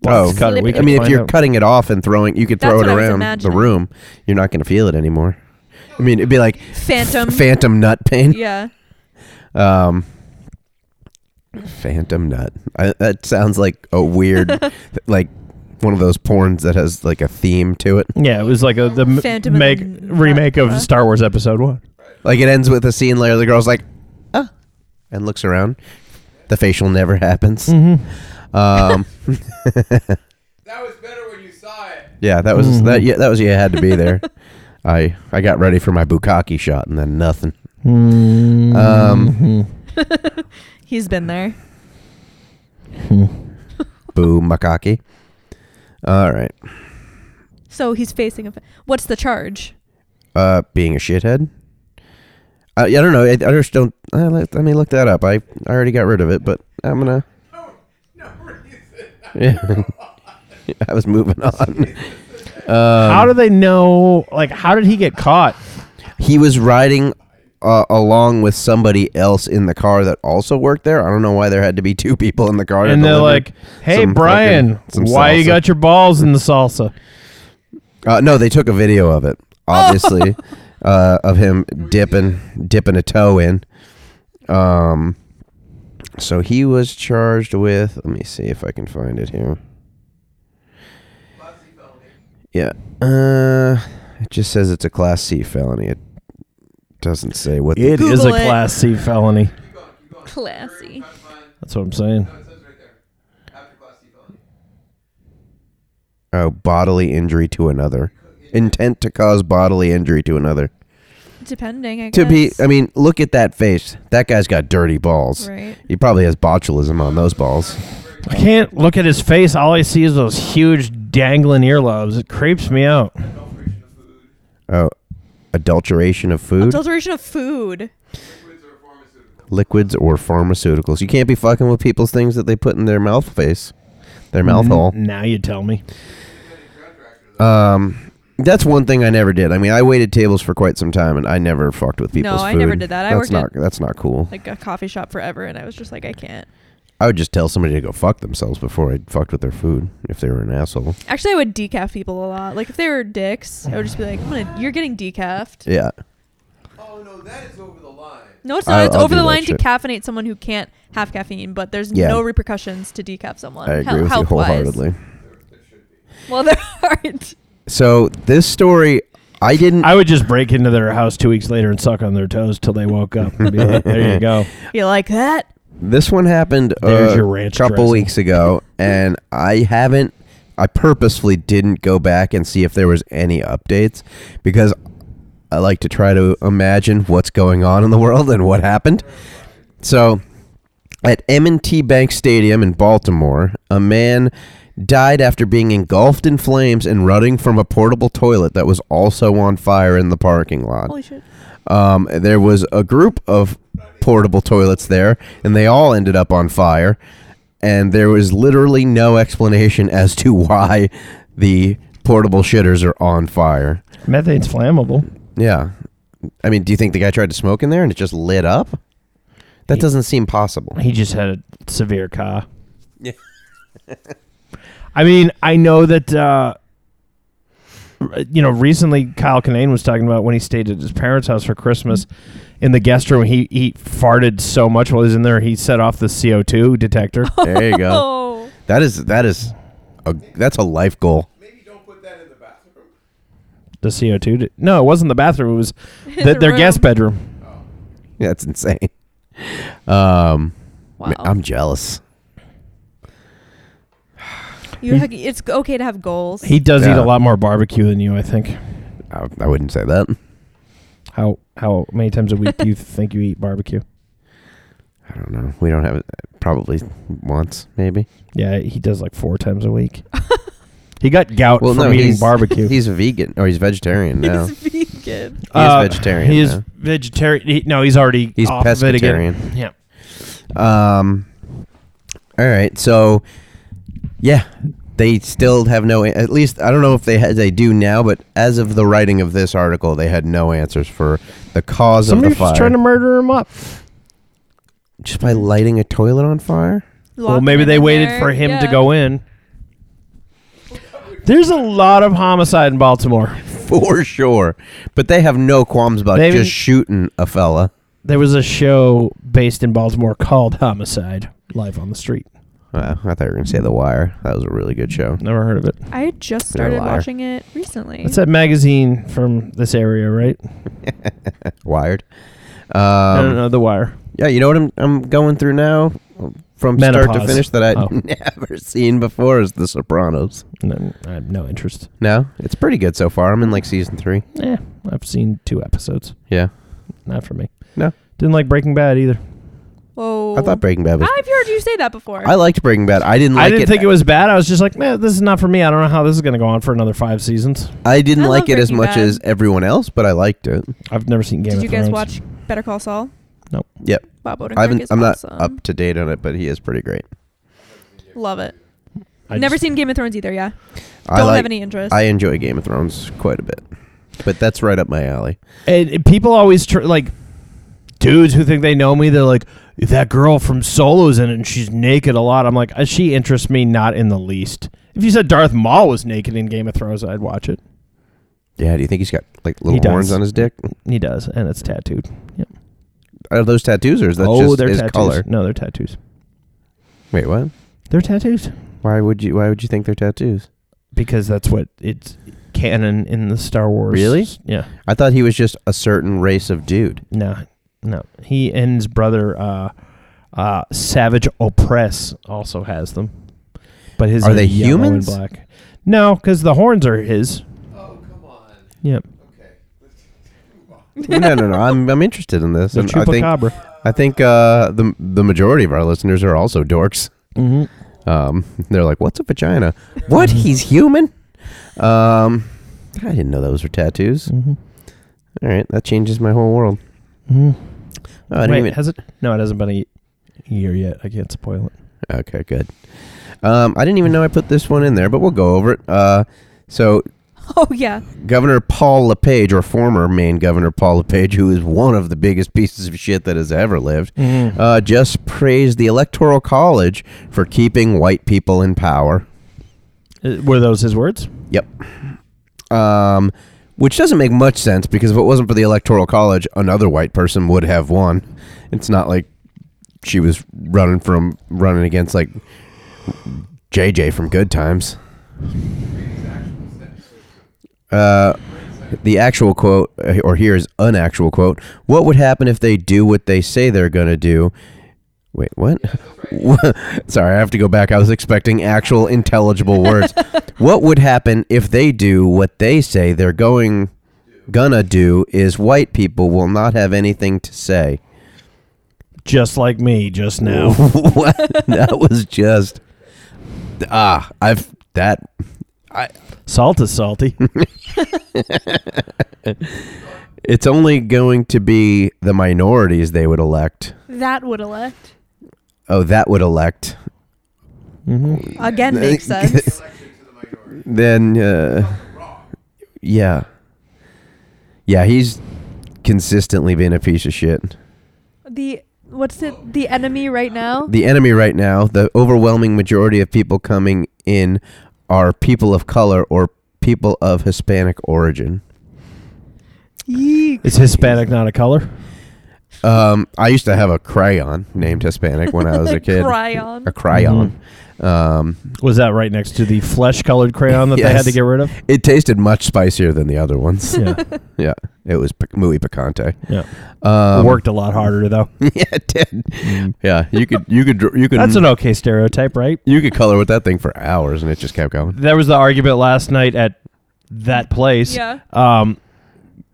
A: box
E: Oh.
A: cutter,
D: Slip
A: we
D: it.
A: could
E: I mean, if
A: find
E: you're
A: out.
E: cutting it off and throwing, you could throw
D: That's what
E: it
D: I was
E: around the
D: imagining.
E: room. You're not going to feel it anymore. I mean, it'd be like
D: Phantom.
E: phantom nut pain.
D: yeah.
E: Um, phantom nut. I, that sounds like a weird, like one of those porns that has like a theme to it.
A: Yeah, it was like a the m-
D: Phantom of
A: make
D: the N-
A: remake
D: uh,
A: of Star Wars Episode One.
E: Like it ends with a scene where the girl's like, ah, and looks around. The facial never happens.
A: Mm-hmm.
E: Um,
F: That was better when you saw it.
E: yeah, that was that. Yeah, that was you had to be there. I I got ready for my bukkake shot and then nothing. Um,
D: He's been there.
E: boo makaki. All right.
D: So he's facing a. fa- What's the charge?
E: Uh, being a shithead. Uh, I, I don't know. I, I just don't. Uh, let, let me look that up. I, I already got rid of it, but I'm gonna.
F: No, no reason.
E: Yeah. I was moving on. Um,
A: how do they know? Like, how did he get caught?
E: He was riding uh, along with somebody else in the car that also worked there. I don't know why there had to be two people in the car. to
A: And they're
E: deliver
A: like, "Hey,
E: some
A: Brian,
E: fucking- some
A: why you
E: salsa."
A: got your balls in the salsa?"
E: Uh, no, they took a video of it, obviously, uh, of him dipping dipping a toe in. Um, so he was charged with. Let me see if I can find it here. Yeah, uh, it just says it's a Class C felony. It doesn't say what. the-
A: It is
D: Google
A: a
D: it.
A: class C felony.
D: Classy.
A: That's what I'm saying.
F: No, it says right there. After class C felony.
E: oh, bodily injury to another. Intent to cause bodily injury to another.
D: Depending, I
E: To be, um,
D: guess.
E: I mean, look at that face. That guy's got dirty balls.
D: Right.
E: He probably has botulism on those balls.
A: I can't look at his face. All I see is those huge dangling earlobes. It creeps me out.
F: Adulteration of food.
E: Oh, adulteration of food,
D: Adulteration of food.
F: Liquids
E: liquids,
F: or pharmaceuticals.
E: or pharmaceuticals. You can't be fucking with people's things that they put in their mouth face, their mouth hole.
D: Mm-hmm.
A: Now you tell me.
E: Um, that's one thing I never did. I mean, I waited tables for quite some time, and I never fucked with people's.
D: I
E: food.
D: never did that. I
E: that's
D: worked
E: not.
D: at-
E: that's not cool.
D: Like a coffee shop forever, and I was just like, I can't.
E: I would just tell somebody to go fuck themselves before I fucked with their food if they were an asshole.
D: Actually, I would decaf people a lot. Like if they were dicks, I would just be like, I'm gonna, "You're getting decafed."
E: Yeah.
F: Oh no, that is over the line.
D: No, it's not.
E: I'll-
D: it's
E: I'll
D: over
E: do
D: the
E: that
D: line
E: shit.
D: to caffeinate someone who can't have caffeine, but there's
E: Yeah.
D: no repercussions to decaf someone.
E: I agree
D: he-
E: with you
D: health-wise.
E: wholeheartedly.
D: Well, there aren't.
E: So this story, I didn't.
A: I would just break into their house two weeks later and suck on their toes till they woke up. And be like, there you go.
D: You like that?
E: This one happened
A: There's
E: a
A: your ranch
E: couple
A: dressing.
E: weeks ago, and I haven't. I purposefully didn't go back and see if there was any updates because I like to try to imagine what's going on in the world and what happened. So, at M&T Bank Stadium in Baltimore, a man died after being engulfed in flames and running from a portable toilet that was also on fire in the parking lot.
D: Holy shit.
E: Um, there was a group of portable toilets there, and they all ended up on fire. And there was literally no explanation as to why the portable shitters are on fire.
A: Methane's flammable.
E: Yeah. I mean, do you think the guy tried to smoke in there and it just lit up? That doesn't seem possible.
A: He just had a severe car. Yeah. I mean, I know that uh, r- you know. Recently, Kyle Kinane was talking about when he stayed at his parents' house for Christmas. In the guest room, he he farted so much while he was in there, he set off the CO two detector.
E: There you go.
D: Oh.
E: That is that is a that's a life goal.
F: Maybe don't put that in the bathroom.
A: the CO two. De- no, it wasn't the bathroom. It was the,
D: the
A: their guest
D: room.
A: bedroom.
E: That's insane. Um,
D: Wow.
E: I'm jealous.
D: you have, it's okay to have goals.
A: He does eat
E: Yeah.
A: a lot more barbecue than you, I think.
E: I, I wouldn't say that.
A: How how many times a week do you think you eat barbecue?
E: I don't know. We don't have it. Probably once, maybe.
A: Yeah, he does like four times a week. he got gout from eating
E: he's,
A: barbecue.
E: He's a vegan or he's vegetarian now.
D: He's vegan.
E: he is vegetarian
A: He is
E: now.
A: vegetarian. Uh, He, no, he's already
E: He's
A: off of it again.
E: pescatarian.
A: Yeah.
E: um, all right. So, yeah, they still have no. At least I don't know if they had, they do now, but as of the writing of this article, they had no answers for the cause
A: Somebody's
E: of the fire.
A: just trying to murder him up.
E: just by lighting a toilet on fire.
A: well,
D: Lock
A: maybe
D: him
A: they
D: in
A: waited
D: there.
A: for him to
D: Yeah.
A: go in. There's a lot of homicide in Baltimore.
E: For sure, but they have no qualms about
A: Maybe-
E: just shooting a fella.
A: There was a show based in Baltimore called Homicide, live on the street.
E: Uh, I thought you were going to say The Wire. That was a really good show.
A: Never heard of it.
D: I just
E: You're a
D: started
E: liar.
D: watching it recently.
A: It's that magazine from this area, right?
E: Wired. Um,
A: I don't know. The Wire.
E: Yeah, you know what I'm I'm going through now from start to
A: Menopause.
E: finish that I'd
A: Oh.
E: never seen before is The Sopranos.
A: No, I have no interest.
E: No, it's pretty good so far. I'm in like season three.
A: Eh, I've seen two episodes.
E: Yeah.
A: Not for me.
E: No.
A: Didn't like Breaking Bad either.
D: Whoa.
E: I thought Breaking Bad was.
D: I've heard you say that before.
E: I liked Breaking Bad. I didn't like
A: I didn't think it was bad. I was just like, man, this is not for me. I don't know how this is going to go on for another five seasons.
E: I didn't
D: I love
E: like it as
D: Breaking
E: much
D: Bad.
E: as everyone else, but I liked it.
A: I've never seen Game
D: Did
A: of
D: you
A: Thrones.
D: guys watch Better Call Saul?
E: Yep.
D: Bob Odenkirk
E: I haven't,
D: is
E: I'm
D: awesome.
E: not up to date on it, but he is pretty great.
D: Love it.
A: I
D: Never
A: just-
D: seen Game of Thrones either. Yeah.
E: I
D: Don't
E: like-
D: have any interest.
E: I enjoy Game of Thrones quite a bit, but that's right up my alley.
A: And, and people always tr- like dudes who think they know me. They're like, that girl from Solo's in it, and she's naked a lot. I'm like, "Uh, she interests me not in the least. If you said Darth Maul was naked in Game of Thrones, I'd watch it.
E: Yeah, do you think he's got like little
A: He
E: horns
A: does.
E: on his dick?
A: He does, and it's tattooed. Yep.
E: Are those tattoos or is that
A: oh,
E: just
A: they're
E: his
A: tattoos.
E: color?
A: No, they're tattoos.
E: Wait, what?
A: They're tattoos
E: Why would you? Why would you think they're tattoos?
A: because that's what it's canon in the Star Wars.
E: Really?
A: Yeah.
E: I thought he was just a certain race of dude.
A: No, no. He and his brother, uh, uh, Savage Oppress, also has them. But his
E: Are they
A: yellow
E: humans?
A: And black. No, because the horns are his.
F: Oh, come on.
A: Yep.
F: Okay. Let's move on.
E: no, no, no. I'm I'm interested in this.
A: The
E: and I think
A: chupacabra.
E: I think uh, the the majority of our listeners are also dorks.
A: hmm
E: Um, they're like, "What's a vagina? What? He's human?" Um, I didn't know those were tattoos.
A: hmm
E: All right, that changes my whole world.
A: hmm
E: Oh, I didn't
A: Wait,
E: even-
A: has it? No, it hasn't been a year yet. I can't spoil it.
E: Okay, good. Um, I didn't even know I put this one in there, but we'll go over it. Uh, so
D: oh yeah.
E: Governor Paul LePage, or former Maine Governor Paul LePage, who is one of the biggest pieces of shit that has ever lived, uh, just praised the Electoral College for keeping white people in power.
A: Uh, Were those his words?
E: Yep. Um, which doesn't make much sense because if it wasn't for the Electoral College, another white person would have won. It's not like she was running from running against like JJ from Good Times. Uh, the actual quote, uh, or here is an actual quote: "What would happen if they do what they say they're gonna do?" Wait, what? Sorry, I have to go back. I was expecting actual intelligible words. what would happen if they do what they say they're going gonna do is white people will not have anything to say.
A: Just like me just now.
E: what? That was just ah, I've that
A: Salt is salty.
E: it's only going to be the minorities they would elect.
D: That would elect.
E: Oh, that would elect.
D: Again, makes sense.
E: Then uh, yeah. Yeah, he's consistently been a piece of shit.
D: the what's it? The enemy right now.
E: the enemy right now, the overwhelming majority of people coming in are people of color or people of Hispanic origin.
D: Yeek.
A: Is Hispanic not a color?
E: Um, I used to have a crayon named Hispanic when I was a kid.
D: Cryon.
E: A crayon. Um,
A: Was that right next to the flesh-colored crayon that they had
E: Yes.
A: to get rid of?
E: it tasted much spicier than the other ones.
A: Yeah,
E: yeah, it was pic- muy picante.
A: yeah.
E: Um,
A: Worked a lot harder though.
E: yeah, it did. Yeah, you could you could dr- you could
A: Mm. That's an okay stereotype, right?
E: you could color with that thing for hours and it just kept going.
A: There was the argument last night at that place.
D: Yeah.
A: Um,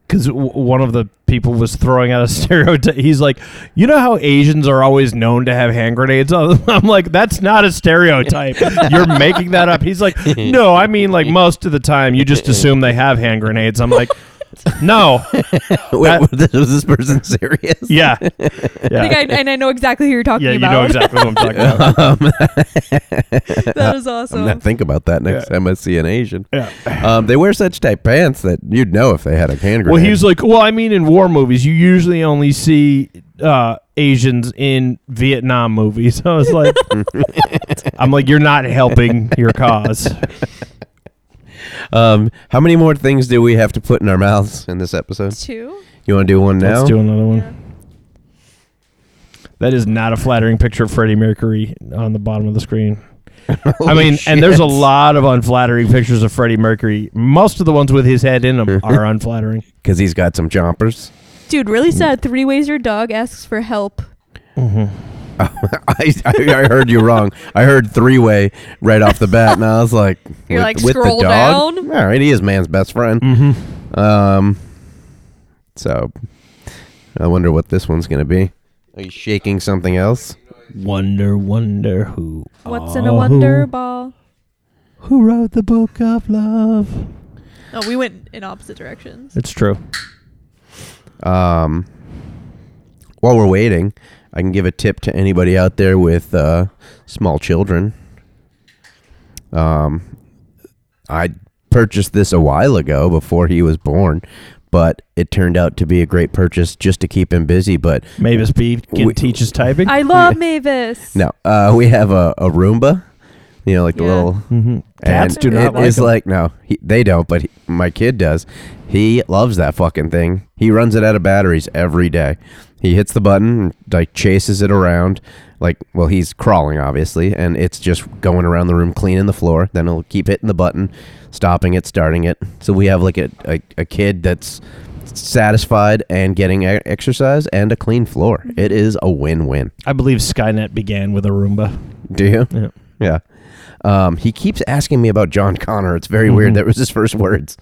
A: because w- one of the people was throwing out a stereotype. He's like, you know how Asians are always known to have hand grenades on them? I'm like, that's not a stereotype. You're making that up. He's like, no, I mean, like, most of the time you just assume they have hand grenades. I'm like, no.
E: Wait, was this person serious?
A: Yeah. Yeah.
D: I think I, and I know exactly who you're talking
A: yeah, you
D: about.
A: know exactly what I'm talking about.
D: that is
E: I'm
D: awesome.
E: not think about that next
A: Yeah.
E: time I see an Asian.
A: Yeah.
E: Um, they wear such tight pants that you'd know if they had a hand grenade.
A: Well, he's like, well, I mean, in war movies, you usually only see uh, Asians in Vietnam movies. I was like, I'm like, you're not helping your cause.
E: um, how many more things do we have to put in our mouths in this episode?
D: Two.
E: Mm. You want to do one now?
A: Let's do another one. That is not a flattering picture of Freddie Mercury on the bottom of the screen. I mean, and there's a lot of unflattering pictures of Freddie Mercury. Most of the ones with his head in them are unflattering.
E: because he's got some chompers.
D: Dude, really sad. Three ways your dog asks for help.
E: I, I, I heard you wrong. I heard three way right off the bat, and I was like,
D: You're
E: with,
D: like,
E: with
D: scroll
E: the dog?
D: down.
E: All right, he is man's best friend. Um, so I wonder what this one's gonna be. Are you shaking something else?
A: Wonder, wonder who.
D: What's in a
E: Oh.
D: wonder ball?
A: Who wrote the book of love?
D: Oh, we went in opposite directions.
A: It's true.
E: Um, while we're waiting, I can give a tip to anybody out there with uh, small children. Um, I purchased this a while ago before he was born, but it turned out to be a great purchase just to keep him busy. But
A: Mavis B can
E: We-
A: teach us typing.
D: I love Mavis.
E: no, uh, we have a, a Roomba, you know, like the
D: Yeah.
E: little
A: Mhm. Cats
E: And
A: do not
E: it
A: like
E: is
A: them.
E: like no, he, they don't. But he, my kid does. He loves that fucking thing. He runs it out of batteries every day. He hits the button, like chases it around, like well, he's crawling obviously, and it's just going around the room, cleaning the floor. Then he'll keep hitting the button, stopping it, starting it. So we have like a a, a kid that's satisfied and getting e- exercise and a clean floor. It is a win-win.
A: I believe Skynet began with a Roomba.
E: Do you?
A: Yeah.
E: Yeah. Um, he keeps asking me about John Connor. It's very weird. That was his first words.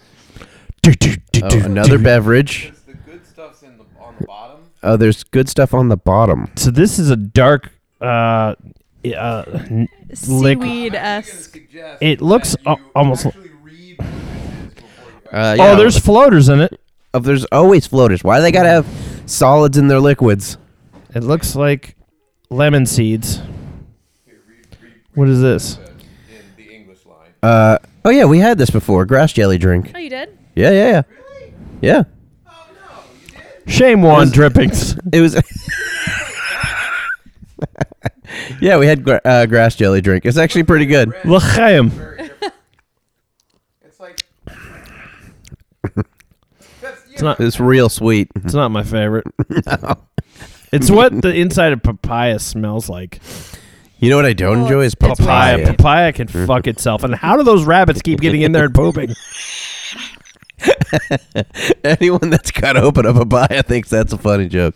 E: Mm-hmm. Oh, another beverage.
F: Because the good stuff's in the, on the bottom.
E: Oh, there's good stuff on the bottom.
A: So this is a dark. Uh, uh, n- lick-
D: Seaweed esque.
F: Suggest
A: It looks
F: that
A: al-
F: you
A: almost-
F: Actually read what this is before you
E: Uh,
A: Oh, there's floaters in it.
E: oh, there's always floaters. Why do they gotta have solids in their liquids?
A: It looks like lemon seeds. What is this?
F: in the English line.
E: Uh, oh yeah, we had this before. Grass jelly drink.
D: Oh, you did?
E: Yeah, yeah, yeah. Yeah.
A: Shame one drippings.
E: It was. yeah, we had gra- uh, grass jelly drink. It's actually pretty good.
A: L'chaim.
F: It's like
E: It's real sweet.
A: It's not my favorite. It's what the inside of papaya smells like.
E: You know what I don't enjoy is
D: Oh, it's- it's
E: papaya.
A: Papaya, papaya can fuck itself. And how do those rabbits keep getting in there and pooping?
E: Anyone that's cut open a papaya thinks that's a funny joke.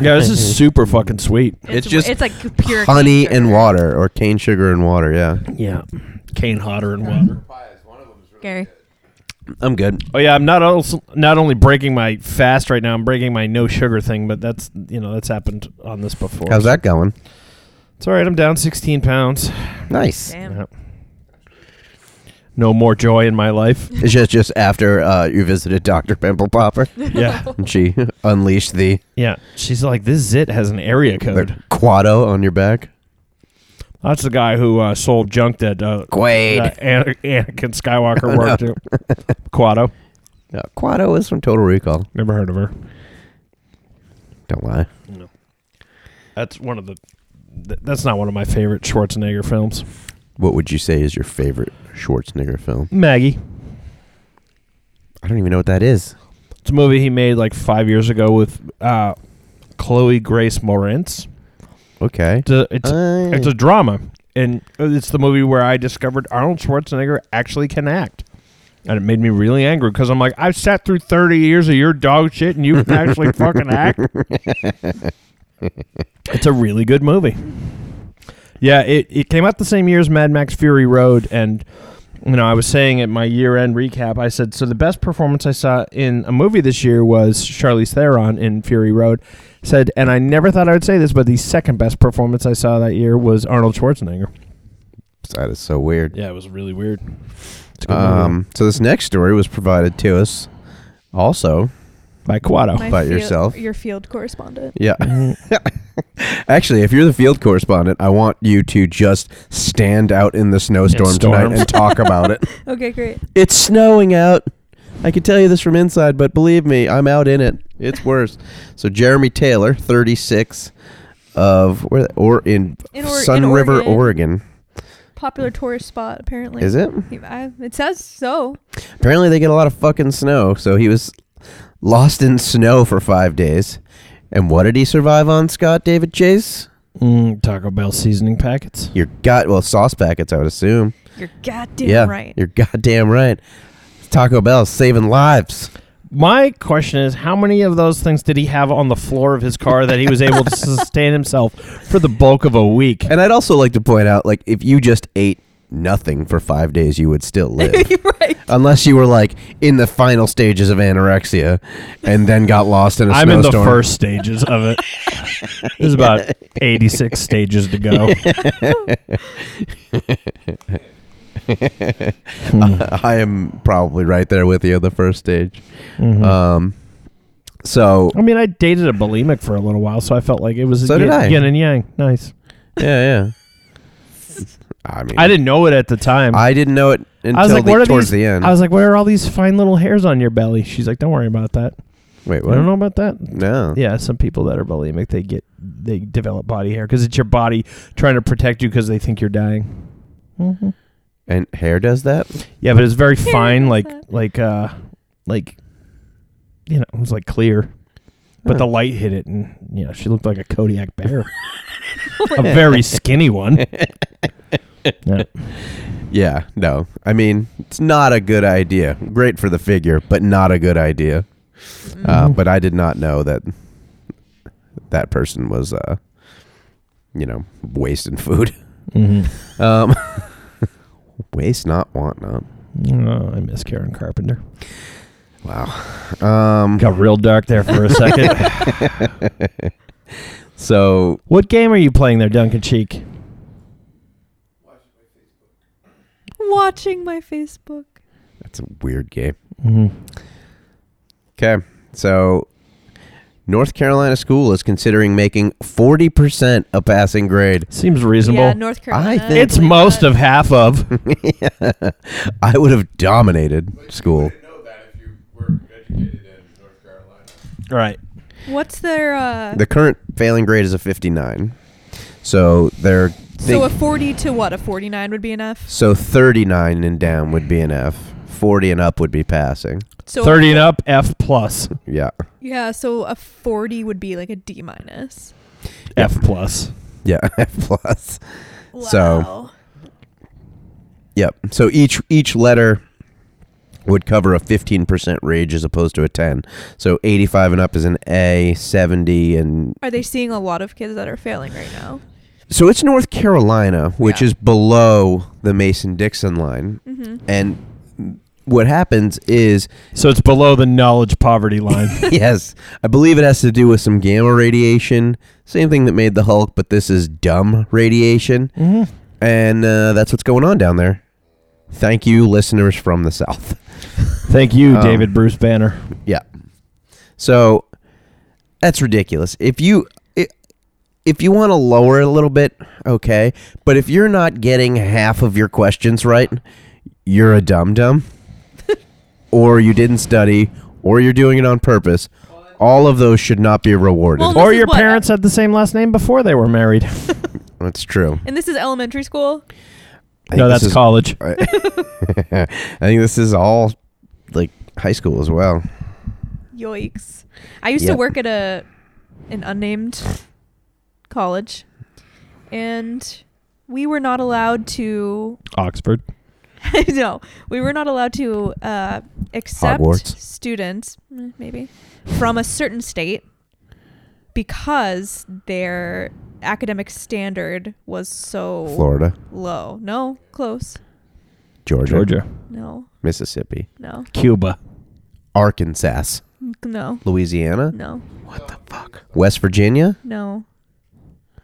A: Yeah, this is super fucking sweet.
E: It's just
D: it's like pure
E: Honey
D: cane
E: and
D: sugar.
E: water, or cane sugar and water. Yeah,
A: Yeah, cane hotter and water.
F: papayas. One of them is really
D: Gary.
E: I'm good.
A: Oh yeah, I'm not also not only breaking my fast right now. I'm breaking my no sugar thing, but that's you know that's happened on this before.
E: How's that going?
A: It's all right. I'm down 16 pounds.
E: Nice.
D: Damn.
A: Yeah. No more joy in my life.
E: It's just just after uh, you visited Doctor Pimple Popper,
A: Yeah,
E: and she unleashed the,
A: yeah. She's like, this zit has an area
E: the
A: code.
E: quado on your back.
A: That's the guy who uh, sold junk that uh,
E: Quaid.
A: uh, Ana- Anakin Skywalker worked to. Quado.
E: Uh, quado is from Total Recall.
A: Never heard of her.
E: Don't lie.
A: That's one of the. th- That's not one of my favorite Schwarzenegger films.
E: What would you say is your favorite Schwarzenegger film?
A: Maggie.
E: I don't even know what that is.
A: It's a movie he made like five years ago with uh, Chloe Grace Moretz.
E: Okay.
A: It's a, it's,
E: Ah.
A: it's a drama, and uh, it's the movie where I discovered Arnold Schwarzenegger actually can act, and it made me really angry because I'm like, I've sat through 30 years of your dog shit, and you can actually fucking act. it's a really good movie. Yeah, it, it came out the same year as Mad Max Fury Road, and you know I was saying at my year end recap, I said so the best performance I saw in a movie this year was Charlize Theron in Fury Road. Said, and I never thought I would say this, but the second best performance I saw that year was Arnold Schwarzenegger.
E: That is so weird.
A: Yeah, it was really weird. It's a good movie.
E: Um, so this next story was provided to us also
A: by Quado.
D: My
E: By
D: field-
E: yourself.
D: Your field correspondent.
E: Yeah. Actually, if you're the field correspondent, I want you to just stand out in the snowstorm
A: In
E: tonight
A: storms.
E: and talk about it.
D: Okay, great.
E: It's snowing out. I can tell you this from inside, but believe me, I'm out in it. It's worse. So Jeremy Taylor, 36, of where or in,
D: In Or-
E: Sun
D: in
E: River,
D: Oregon.
E: Oregon.
D: Popular tourist spot, apparently.
E: Is it?
D: I, it says so.
E: Apparently, they get a lot of fucking snow. So he was lost in snow for five days, And what did he survive on, Scott David Chase?
A: Mm, Taco Bell seasoning packets.
E: Your god, well, sauce packets, I would assume.
D: You're goddamn
E: yeah,
D: right.
E: You're goddamn right. Taco Bell saving lives.
A: My question is, how many of those things did he have on the floor of his car that he was able to sustain himself for the bulk of a week?
E: And I'd also like to point out, like, if you just ate nothing for five days, you would still live.
D: You're right.
E: Unless you were like in the final stages of anorexia, and then got lost in a
A: I'm in the
E: snowstorm.
A: first stages of it. There's about 86 stages to go.
E: I am probably right there with you on the first stage.
A: Mm-hmm. Hmm. Uh,
E: Um, so
A: I mean, I dated a bulimic for a little while, so I felt like it was
E: So
A: a
E: did
A: yin,
E: I.
A: yin and yang. Nice.
E: yeah, yeah. I mean,
A: I didn't know it at the time.
E: I didn't know it until
A: I was like,
E: the,
A: what are
E: towards
A: these?
E: the end.
A: I was like, where are all these fine little hairs on your belly? She's like, don't worry about that.
E: Wait,
A: I
E: what?
A: don't know about that.
E: No.
A: Yeah, some people that are bulimic, they get they develop body hair because it's your body trying to protect you because they think you're dying.
E: And hair does that?
A: Yeah, but it's very fine,
D: that's
A: like
D: that.
A: like uh like you know, it was like clear. But
D: Hmm.
A: the light hit it, and you know she looked like a Kodiak bear, a very skinny one. Yeah.
E: Yeah, no. I mean, it's not a good idea. Great for the figure, but not a good idea. Uh, but I did not know that that person was, uh, you know, wasting food.
A: Mm-hmm.
E: Um, waste not, want not.
A: Oh, I miss Karen Carpenter.
E: Wow. Um,
A: Got real dark there for a second.
E: so
A: what game are you playing there, Duncan Cheek?
D: Watching my Facebook.
E: That's a weird game.
A: Mm-hmm.
E: Okay, so North Carolina school is considering making forty percent a passing grade.
A: Seems reasonable.
D: Yeah, North Carolina.
E: think-
D: I
A: it's
D: believe
A: most
D: that.
A: of half of.
E: I would have dominated school.
F: You wouldn't know that if you were educated in North Carolina.
A: right.
D: What's their uh
E: The current failing grade is a fifty-nine, so they're
D: so a
E: think-
D: 40 to what? A 49 would be enough.
E: so thirty-nine and down would be an F. Forty and up would be passing.
D: So
A: 30 and up, F plus.
E: Yeah,
D: Yeah, so a 40 would be like a D minus.
A: F plus.
E: yeah, F plus.
D: Wow.
E: So- Yep. So each each letter would cover a 15% range as opposed to a 10. So 85 and up is an A, 70 and
D: Are they seeing a lot of kids that are failing right now?
E: so it's North Carolina, which
D: Yeah. Mm-hmm.
E: is below the Mason-Dixon line. And what happens is
A: So it's below the knowledge poverty line.
E: yes, I believe it has to do with some gamma radiation. Same thing that made the Hulk, but this is dumb radiation.
A: Mm-hmm.
E: And uh, that's what's going on down there. Thank you listeners from the south.
A: Thank you,
E: Um,
A: David Bruce Banner.
E: Yeah. So that's ridiculous. If you i- if you want to lower it a little bit, okay. But if you're not getting half of your questions right, you're a dum dum, or you didn't study, or you're doing it on purpose. All of those should not be rewarded.
D: Well,
A: Or
D: this is
A: your
D: what- uh,
A: parents had the same last name before they were married.
E: that's true.
D: And this is elementary school?
E: I think
A: no,
E: this
A: that's
E: is-
A: college.
E: I think this is all like high school as well.
D: Yikes. I used
E: Yep.
D: to work at a an unnamed college and we were not allowed to
A: Oxford.
D: no, we were not allowed to uh, accept
E: Hogwarts.
D: students, eh, maybe, from a certain state because their academic standard was so
E: Florida,
D: low. No, close.
E: Georgia,
A: Georgia.
D: No,
E: Mississippi,
D: no,
A: Cuba.
E: Arkansas,
D: no,
E: Louisiana,
D: no,
E: West Virginia.
D: no,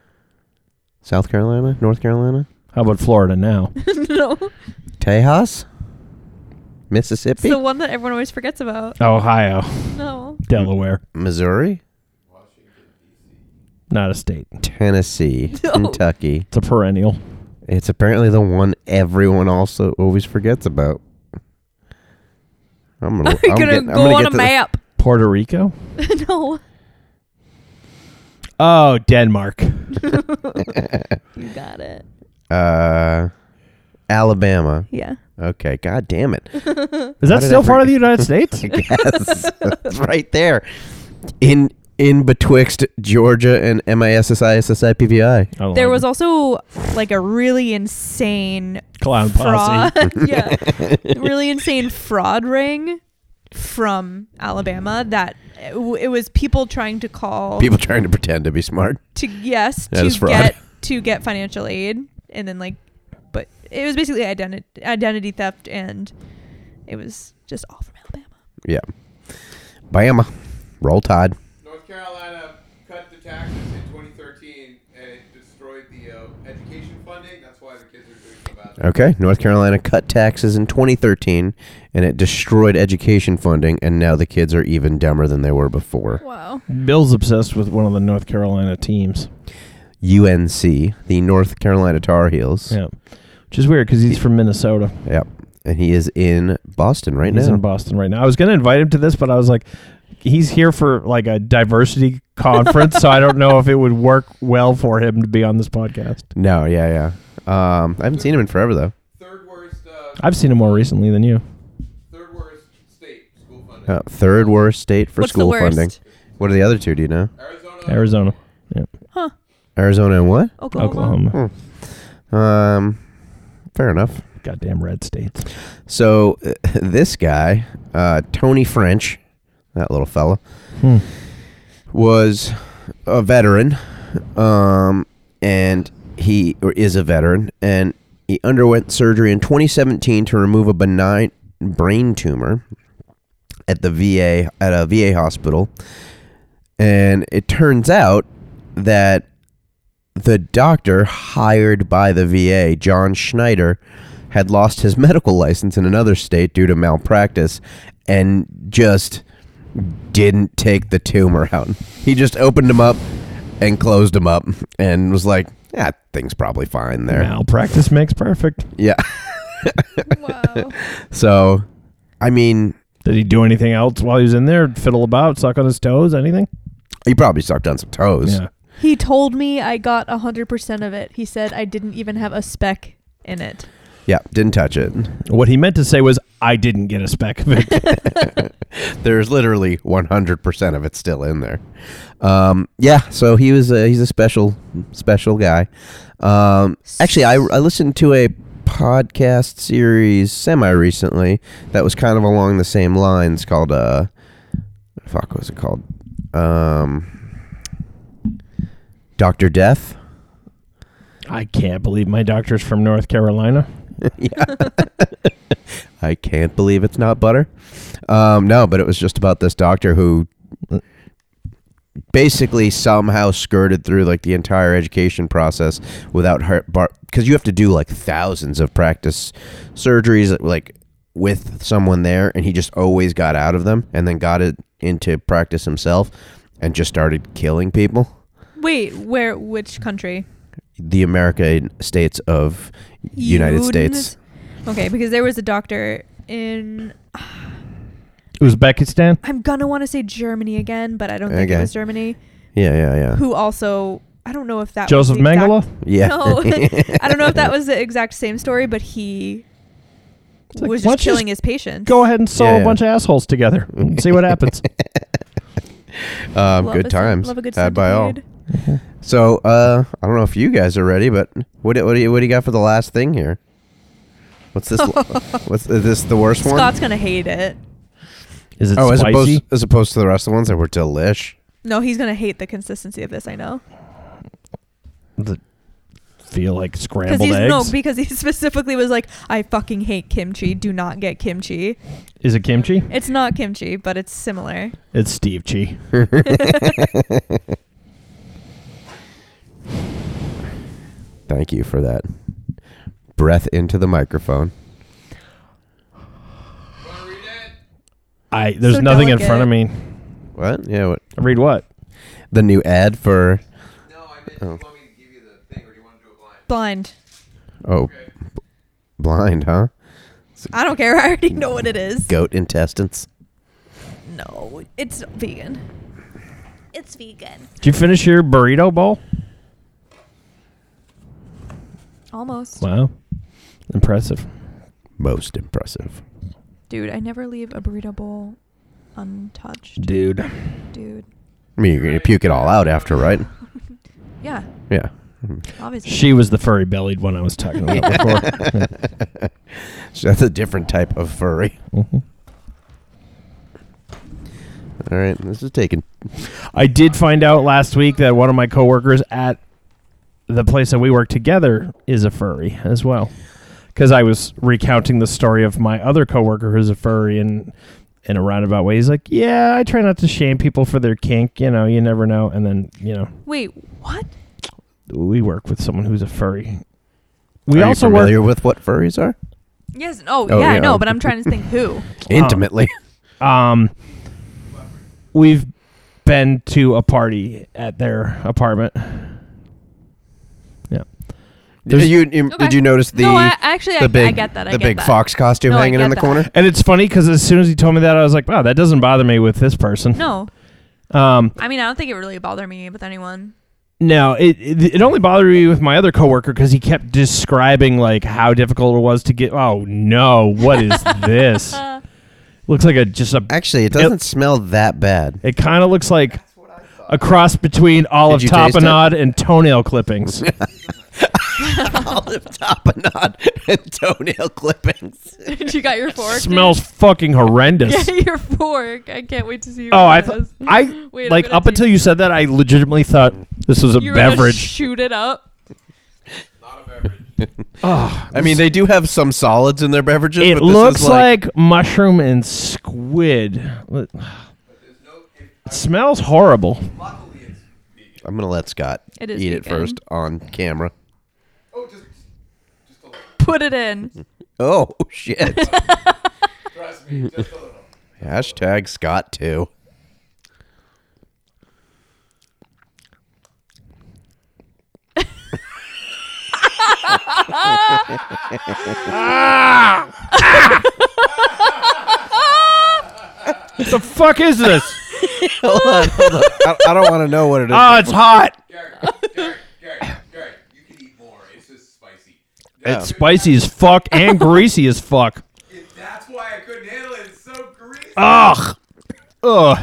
E: South Carolina, North Carolina,
A: How about Florida now?
D: no.
E: Tejas, Mississippi,
D: It's the one that everyone always forgets about.
A: Ohio.
D: No.
A: Delaware.
E: Missouri,
A: Not a state.
E: Tennessee,
D: No.
E: Kentucky.
A: It's a perennial.
E: It's apparently the one everyone also always forgets about. I'm gonna,
D: You're
E: I'm
D: gonna
E: getting- I'm
D: go
E: gonna
D: on a
E: get to the-
D: map.
A: Puerto Rico?
D: no.
A: Oh, Denmark.
D: You got it.
E: uh, Alabama.
D: Yeah.
E: Okay, god damn it.
A: Is that
E: did I
A: still part
E: forget?
A: of the United States?
E: Yes, it's right there. In in betwixt Georgia and MISSISSIPVI.
A: I like
D: There was
A: it.
D: also like a really insane
A: clown
D: fraud.
A: posse.
D: yeah. Really insane fraud ring from Alabama that it w- it was people trying to call
E: People trying to pretend to be smart.
D: to yes
E: That
D: to
E: is fraud.
D: get to get financial aid and then like but it was basically identity identity theft and it was just all from Alabama.
E: Yeah. Bama. Roll Tide.
F: North Carolina cut the taxes in 2013 and it destroyed the uh, education funding. That's why the kids are doing so bad.
E: Okay. North Carolina cut taxes in 2013 and it destroyed education funding, and now the kids are even dumber than they were before.
D: Wow.
A: Bill's obsessed with one of the North Carolina teams.
E: UNC, the North Carolina Tar Heels.
A: Yeah, which is weird because he's from Minnesota.
E: Yep. And he is in Boston right
A: he's
E: now.
A: in Boston right now. I was gonna invite him to this, but I was like, he's here for like a diversity conference, so I don't know if it would work well for him to be on this podcast.
E: no, yeah, yeah. Um, I haven't seen him in forever, though.
F: Third worst, uh,
A: I've seen him more recently than you.
F: third worst state school funding.
E: Uh, third worst state for
D: What's the
E: school
D: worst?
E: funding. What are the other two? Do you know?
F: Arizona,
A: Arizona, yeah,
E: Arizona and what?
D: Oklahoma.
A: Oklahoma,
E: Um, fair enough.
A: goddamn red states.
E: So uh, this guy, uh, Tony French, that little fella,
A: Hmm.
E: was a veteran, um, and he or is a veteran, and he underwent surgery in 2017 to remove a benign brain tumor at the VA at a VA hospital, and it turns out that the doctor hired by the VA, John Schneider, had lost his medical license in another state due to malpractice and just didn't take the tumor out. He just opened him up and closed him up and was like, "Yeah, thing's probably fine there."
A: Malpractice makes perfect.
E: Yeah.
D: Wow.
E: So, I mean,
A: Did he do anything else while he was in there? Fiddle about, suck on his toes, anything?
E: he probably sucked on some toes.
A: Yeah.
D: He told me I got 100% of it. He said I didn't even have a speck in it.
E: yeah didn't touch it.
A: What he meant to say was, I didn't get a speck of it.
E: There's literally 100% of it still in there. Um, yeah, so he was a, he's a special special guy. Um, actually, I, I listened to a podcast series semi recently that was kind of along the same lines called uh fuck what was it called um Doctor Death.
A: I can't believe my doctor's from North Carolina.
E: I can't believe it's not butter. Um, no, but it was just about this doctor who basically somehow skirted through like the entire education process without heart because you have to do like thousands of practice surgeries like with someone there and he just always got out of them and then got it into practice himself and just started killing people
D: Wait, where which country?
E: the american states of united states
D: Okay, because there was a doctor in
A: Uzbekistan?
D: I'm gonna want to say Germany again, but I don't think
E: Okay.
D: it was Germany.
E: yeah yeah yeah
D: Who also I don't know if that
A: Joseph
D: was the exact-
A: Mengele?
E: yeah
D: No, I don't know if that was the exact same story, but he
A: like,
D: was
A: why
D: just
A: don't you
D: killing his
A: just
D: patients.
A: Go ahead and sew
E: Yeah,
A: a
E: yeah.
A: bunch of assholes together and see what happens.
E: um,
D: Love
E: good
D: a cent-
E: times
D: Love a good
E: had by all
D: centipede.
E: So uh, I don't know if you guys are ready, but what do- what do you, what do you got for the last thing here? What's this? what's is this the worst one?
D: Scott's gonna hate it.
A: Is it
E: oh, as
A: spicy?
E: opposed as opposed to the rest of the ones that were delish.
D: No, he's gonna hate the consistency of this. I know
A: Does it feel like
D: because
A: scrambled
D: he's
A: eggs?
D: no because he specifically was like, I fucking hate kimchi. Do not get kimchi.
A: Is it kimchi?
D: It's not kimchi, but it's similar.
A: It's Steve Chi.
E: Thank you for that. Breath into the microphone.
F: Want to read it?
A: I there's
D: So
A: nothing in
D: delicate.
A: front of me.
E: What? Yeah. What?
A: Read what?
E: The new ad for
F: No, I meant, do you want me to give you the thing or do you want to do it blind?
D: Blind.
E: oh,
F: Okay.
E: blind, huh?
D: I don't care. I already know what it is.
E: Goat intestines.
D: No, it's vegan. It's vegan.
A: Did you finish your burrito bowl?
D: Almost.
A: Wow. Impressive.
E: Most impressive.
D: Dude, I never leave a burrito bowl untouched,
A: Dude.
D: dude.
E: I mean, you're gonna puke it all out after, right?
D: Yeah,
E: Yeah.
D: obviously.
A: She was the furry bellied one I was talking about before.
E: So that's a different type of furry.
A: Mhm.
E: All right, this is taken.
A: I did find out last week that one of my coworkers at the place that we work together is a furry as well. Because I was recounting the story of my other coworker who's a furry, and in a roundabout way, he's like, "Yeah, I try not to shame people for their kink. You know, you never know." And then, you know,
D: Wait, what?
A: we work with someone who's a furry. We
E: Are
A: also
E: you
A: work.
E: familiar with what furries are
D: Yes. Oh,
E: Oh,
D: yeah,
E: yeah.
D: I know, but I'm trying to think who.
E: intimately.
A: Um, we've been to a party at their apartment. Yeah.
E: Did you, you-
D: Okay.
E: did you notice the
D: No, I- actually, I-
E: the big
D: I get that, I
E: the
D: get
E: big
D: that.
E: fox costume
D: No, I
E: hanging
D: get
E: in the
D: that.
E: corner?
A: And it's funny because as soon as he told me that, I was like, wow, that doesn't bother me with this person.
D: No,
A: Um,
D: I mean, I don't think it really bothered me with anyone.
A: no, it, it, it only bothered me with my other coworker because he kept describing like how difficult it was to get. Oh no, what is this? Looks like a just a.
E: Actually, it doesn't smell that bad.
A: It kind of looks like a cross between olive
E: you taste it?
A: tapenade and toenail clippings.
E: Olive tapenade and toenail clippings.
D: you got your fork. dude?
A: Smells fucking horrendous.
D: Yeah, your fork. I can't wait to see.
A: Oh, I th- I
D: Wait, I'm
A: like
D: gonna
A: up until
D: take-
A: you said that, I legitimately thought this was a
D: you
A: beverage.
D: shoot it up.
F: Not a beverage.
E: I mean, they do have some solids in their beverages.
A: It
E: but this
A: looks
E: is like,
A: like, mushroom and squid. It
F: There's no. If,
A: smells horrible.
F: luckily, it's vegan.
E: I'm gonna let Scott
D: It is
E: eat it
D: vegan.
E: first on camera.
F: Oh, just, just a little.
D: Put it in.
E: Oh shit!
F: Trust me, just a little.
E: Hashtag Scott too.
A: What the fuck is this?
E: I, I don't want to know what it is.
D: Uh,
A: oh, it's hot.
F: Gary, Gary, Gary, Gary, you can eat more. It's just spicy.
A: It's spicy as fuck and greasy as fuck.
F: It- that's why I couldn't handle it. It's so greasy.
A: Ugh. Ugh.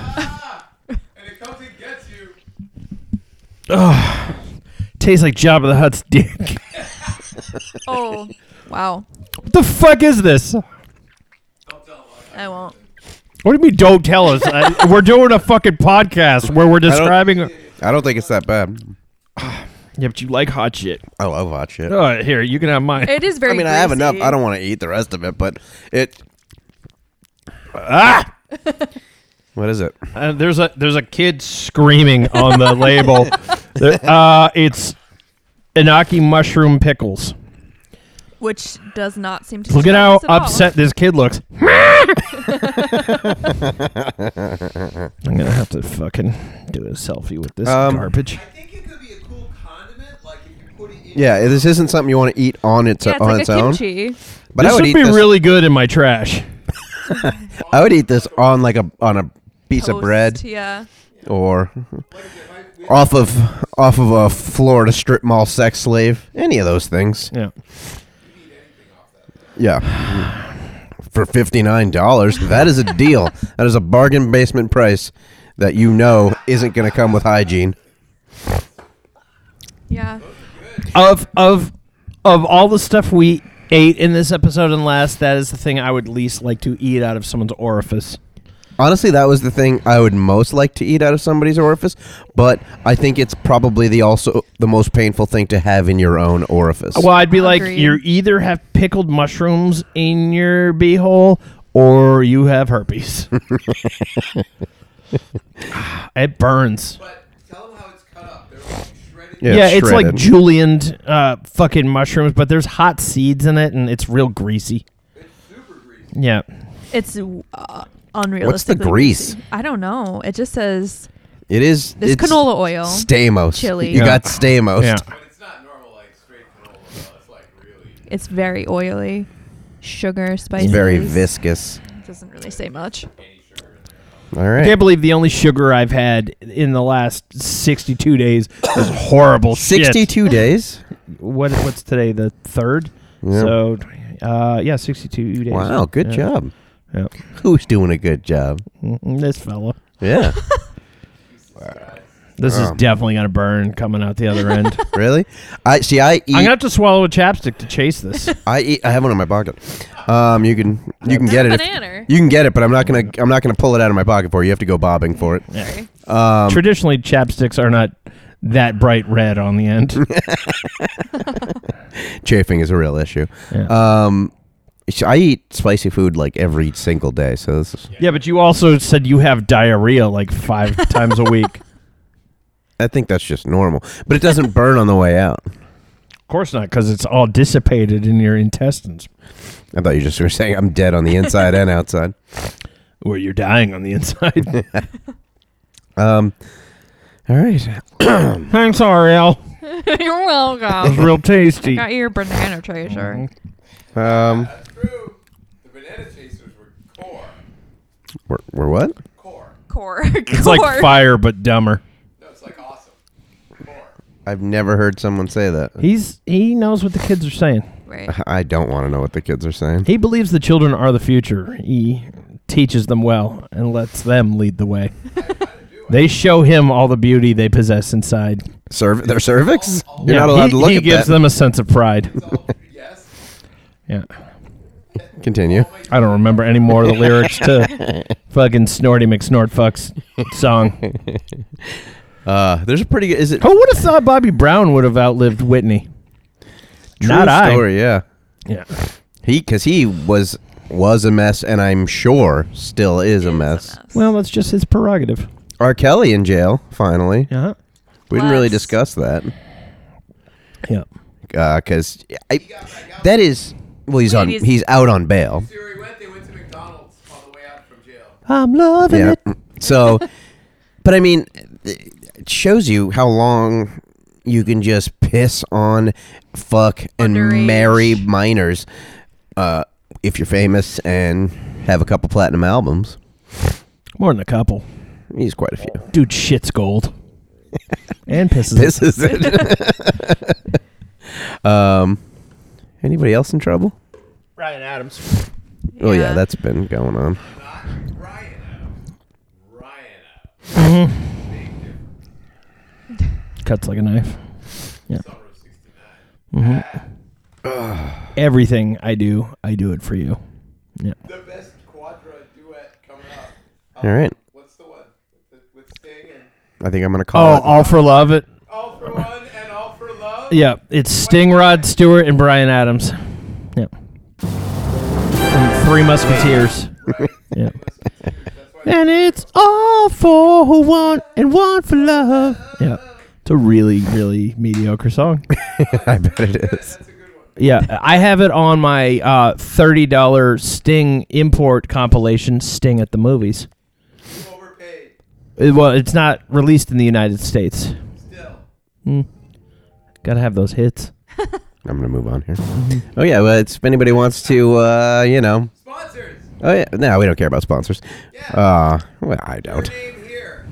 F: and it comes and gets you.
A: Tastes like Job of the Hutt's dick.
D: Oh, wow.
A: what the fuck is this?
F: Don't tell him.
D: I won't.
A: What do you mean? Don't tell us. I, we're doing a fucking podcast where we're describing.
E: I don't think it's that bad.
A: Yeah, but you like hot shit.
E: I love hot shit.
A: Oh, here you can have mine.
D: It is very.
E: I mean, I have enough.
D: greasy.
E: I don't want to eat the rest of it, but it.
A: ah.
E: What is it?
A: Uh, there's a there's a kid screaming on the label. There- uh, it's Inaki mushroom pickles.
D: Which does not seem to.
A: Look at how
D: surprise us all.
A: upset this kid looks. I'm gonna have to fucking do a selfie with this
E: Um,
A: garbage.
F: I think it could be a cool condiment, like if you put it in.
E: Yeah, this isn't something you want to eat on its
D: Yeah, it's
E: on
D: like
E: its
D: a
E: Oh, own.
D: kimchi.
E: But
A: this
E: I would
A: would
E: eat
A: be
E: this.
A: really good in my trash.
E: I would eat this on like a on a piece of
D: Toast,
E: bread
D: Yeah.
E: or off of off of a Florida strip mall sex slave. Any of those things.
A: Yeah.
E: Yeah. For fifty nine dollars, that is a deal. that is a bargain basement price that you know isn't going to come with hygiene.
D: Yeah.
A: Of of of all the stuff we ate in this episode and last, that is the thing I would least like to eat out of someone's orifice.
E: Honestly, that was the thing I would most like to eat out of somebody's orifice, but I think it's probably the also the most painful thing to have in your own orifice.
A: Well, I'd be like,
D: Agreed.
A: you either have pickled mushrooms in your beehole or you have herpes. it burns.
F: But tell them how it's cut up. They're like shredded.
E: Yeah,
A: Yeah, it's like
E: shredded.
A: julienned uh, fucking mushrooms, but there's hot seeds in it and it's real greasy.
F: It's super greasy.
A: Yeah.
D: It's uh, unrealistic.
E: grease?
D: I don't know. It just says
E: it is
D: there's
E: it's
D: canola oil.
E: Stamos.
D: chili.
E: You
A: Yeah.
E: got Stamos.
A: Yeah.
F: But it's not normal, like straight canola oil. It's like really.
D: It's very oily. Sugar, spices.
E: It's very viscous.
D: Doesn't really say much.
E: All
A: I
E: right.
A: can't believe the only sugar I've had in the last 62 days is horrible shit.
E: 62 days?
A: What, what's today? The third?
E: Yeah.
A: So, uh, yeah, 62 days.
E: Wow, good
A: Yeah.
E: job.
A: Yeah.
E: Who's doing a good job?
A: Mm, This fella.
E: Yeah.
A: This is
E: Um.
A: definitely gonna burn coming out the other end.
E: Really? I see. I eat.
A: I'm gonna have to swallow a chapstick to chase this.
E: I eat. I have one in my pocket. Um, you can you can get it. if-
D: Banana.
E: you can get it, but I'm not gonna I'm not gonna pull it out of my pocket for you. You have to go bobbing for it.
A: Traditionally, chapsticks are not that bright red on the end.
E: Chafing is a real issue.
A: Yeah.
E: Um, so I eat spicy food like every single day. So this is,
A: yeah, but you also said you have diarrhea like five times a week.
E: I think that's just normal. But it doesn't burn on the way out.
A: Of course not, because it's all dissipated in your intestines,
E: I thought you just were saying I'm dead on the inside and outside.
A: where you're dying on the inside.
E: Um, all right.
A: I'm sorry, Al.
D: You're
A: It's
D: welcome.
A: real tasty.
D: Got your banana treasure.
A: Mm-hmm.
E: Um,
F: That's true. The banana chasers were core.
E: we're, we're what?
F: Core.
D: Core.
A: It's like fire, but dumber.
F: No, it's like awesome. Core.
E: I've never heard someone say that.
A: He's he knows what the kids are saying.
D: Right.
E: I don't want to know what the kids are saying.
A: He believes the children are the future. He teaches them well and lets them lead the way. they show him all the beauty they possess inside.
E: Cerv- their cervix? You're
A: Yeah,
E: not allowed
A: he,
E: to look
A: he
E: at
A: gives
E: that.
A: them a sense of pride.
F: Yes.
A: Yeah.
E: Continue.
A: I don't remember any more of the lyrics to fucking Snorty McSnortfuck's song.
E: Uh, there's a pretty good. Is it
A: Who would have thought Bobby Brown would have outlived Whitney?
E: true
A: Not
E: story? Yeah.
A: I. Yeah.
E: He because he was was a mess, and I'm sure still is a mess.
A: Well, that's just his prerogative.
E: R. Kelly in jail finally.
A: Yeah.
E: We didn't really
D: Bless.
E: discuss that
A: Yeah.
E: because that is well he's on
D: he's-
E: he's out on bail.
F: See where he went? They went to McDonald's on the way out from jail.
A: I'm loving
E: Yeah. Mm.
A: it.
E: So, but I mean, it shows you how long you can just piss on, fuck, and
D: Underage.
E: marry minors uh, if you're famous and have a couple platinum albums.
A: More than a couple.
E: He's quite a few.
A: Dude, shit's gold. and pisses.
E: This is it. um, anybody else in trouble?
A: Ryan Adams.
E: Oh yeah, that's been going on.
F: Not Ryan Adams. Ryan Adams. Big difference.
A: Cuts like a knife.
F: Summer of 69.
A: Everything I do, I do it for you. Yeah.
F: The best quadra duet coming up.
E: All right,
F: What's the one? With, with Sting and
E: I think I'm gonna call.
A: Oh,
E: it.
A: all for love. It.
F: All for One and All for Love?
A: Yeah, it's Sting, Rod Stewart, and Brian Adams. Yeah. From Three Musketeers. Yeah. And it's all for one and one for love. Yeah. It's a really, really mediocre song.
E: I bet it is.
A: Yeah, I have it on my uh, $30 Sting import compilation, Sting at the Movies.
F: Overpaid.
A: Uh, Well, it's not released in the United States.
F: Still.
A: Gotta have those hits.
E: I'm gonna move on here. Oh yeah, well, it's, if anybody wants to, uh, you know,
F: Sponsors!
E: Oh yeah, no, we don't care about sponsors. Uh, well, I
F: Your
E: don't.
F: name here.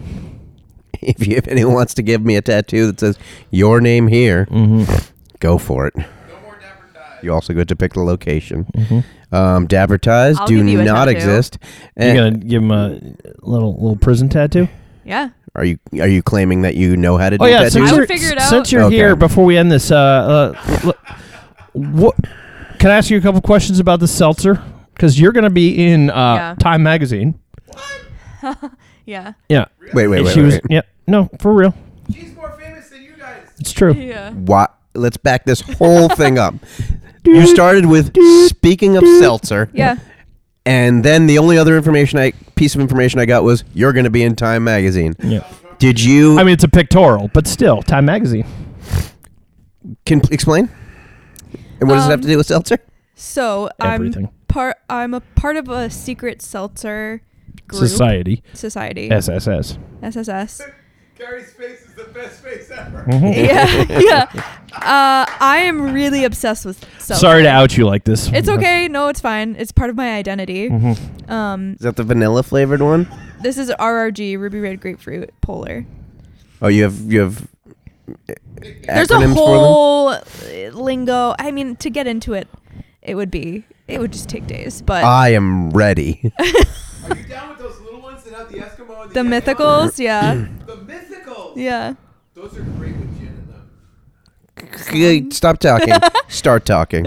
E: If, you, if anyone wants to give me a tattoo that says your name here,
A: Mm-hmm.
E: go for it.
F: No more dapper dies.
E: You also get to pick the location.
A: Mm-hmm.
E: Um, Dabbertise
D: I'll
E: do
D: give you a
E: not
D: tattoo.
E: exist. Eh,
A: You're
E: And
A: gonna give him a little little prison tattoo?
D: Yeah.
E: are you are you claiming that you know how to do
A: Oh yeah,
E: tattoos?
A: since
D: I would
A: you're,
D: figure it
A: s-
D: out.
A: since you're
E: Okay.
A: here, before we end this, uh, uh, l- what can I ask you a couple questions about the seltzer? Because you're going to be in uh,
D: Yeah.
A: Time Magazine.
D: Yeah.
A: Yeah,
E: wait, wait,
A: And
E: wait.
A: she
E: wait,
A: was.
E: wait.
A: Yeah, no, for real,
F: She's more famous than you guys.
A: it's true.
D: Yeah.
E: Why? Let's back this whole thing up. You started with speaking of seltzer.
D: Yeah.
E: And then the only other information I piece of information I got was you're going to be in Time magazine.
A: Yeah.
E: Did you
A: I mean, it's a pictorial, but still, Time Magazine.
E: can explain? And what does it have to
D: Um,
E: do with seltzer?
D: So
A: Everything.
D: I'm part. I'm a part of a secret seltzer group.
A: Society
D: Society.
A: SSS.
D: SSS.
F: Gary's face is the best face ever.
D: Mm-hmm. yeah. Yeah. Uh, I am really obsessed with seltzer.
A: Sorry Mm-hmm. to out you like this.
D: Oh. It's okay. No, it's fine. It's part of my identity.
A: Mm-hmm.
D: Um,
E: Is that the vanilla flavored one?
D: this is RRG Ruby Red Grapefruit Polar.
E: Oh, you have you have. uh,
D: There's a
E: acronyms for
D: whole uh, lingo. I mean, to get into it, it would be it would just take days. But
E: them? I am ready.
F: Are you down with those little ones that have the Eskimo and the
D: the
F: Yeti on
D: mythicals, yeah,
F: them? The mythicals.
D: Yeah.
F: Those are great with gin in them.
E: Stop talking. Start talking.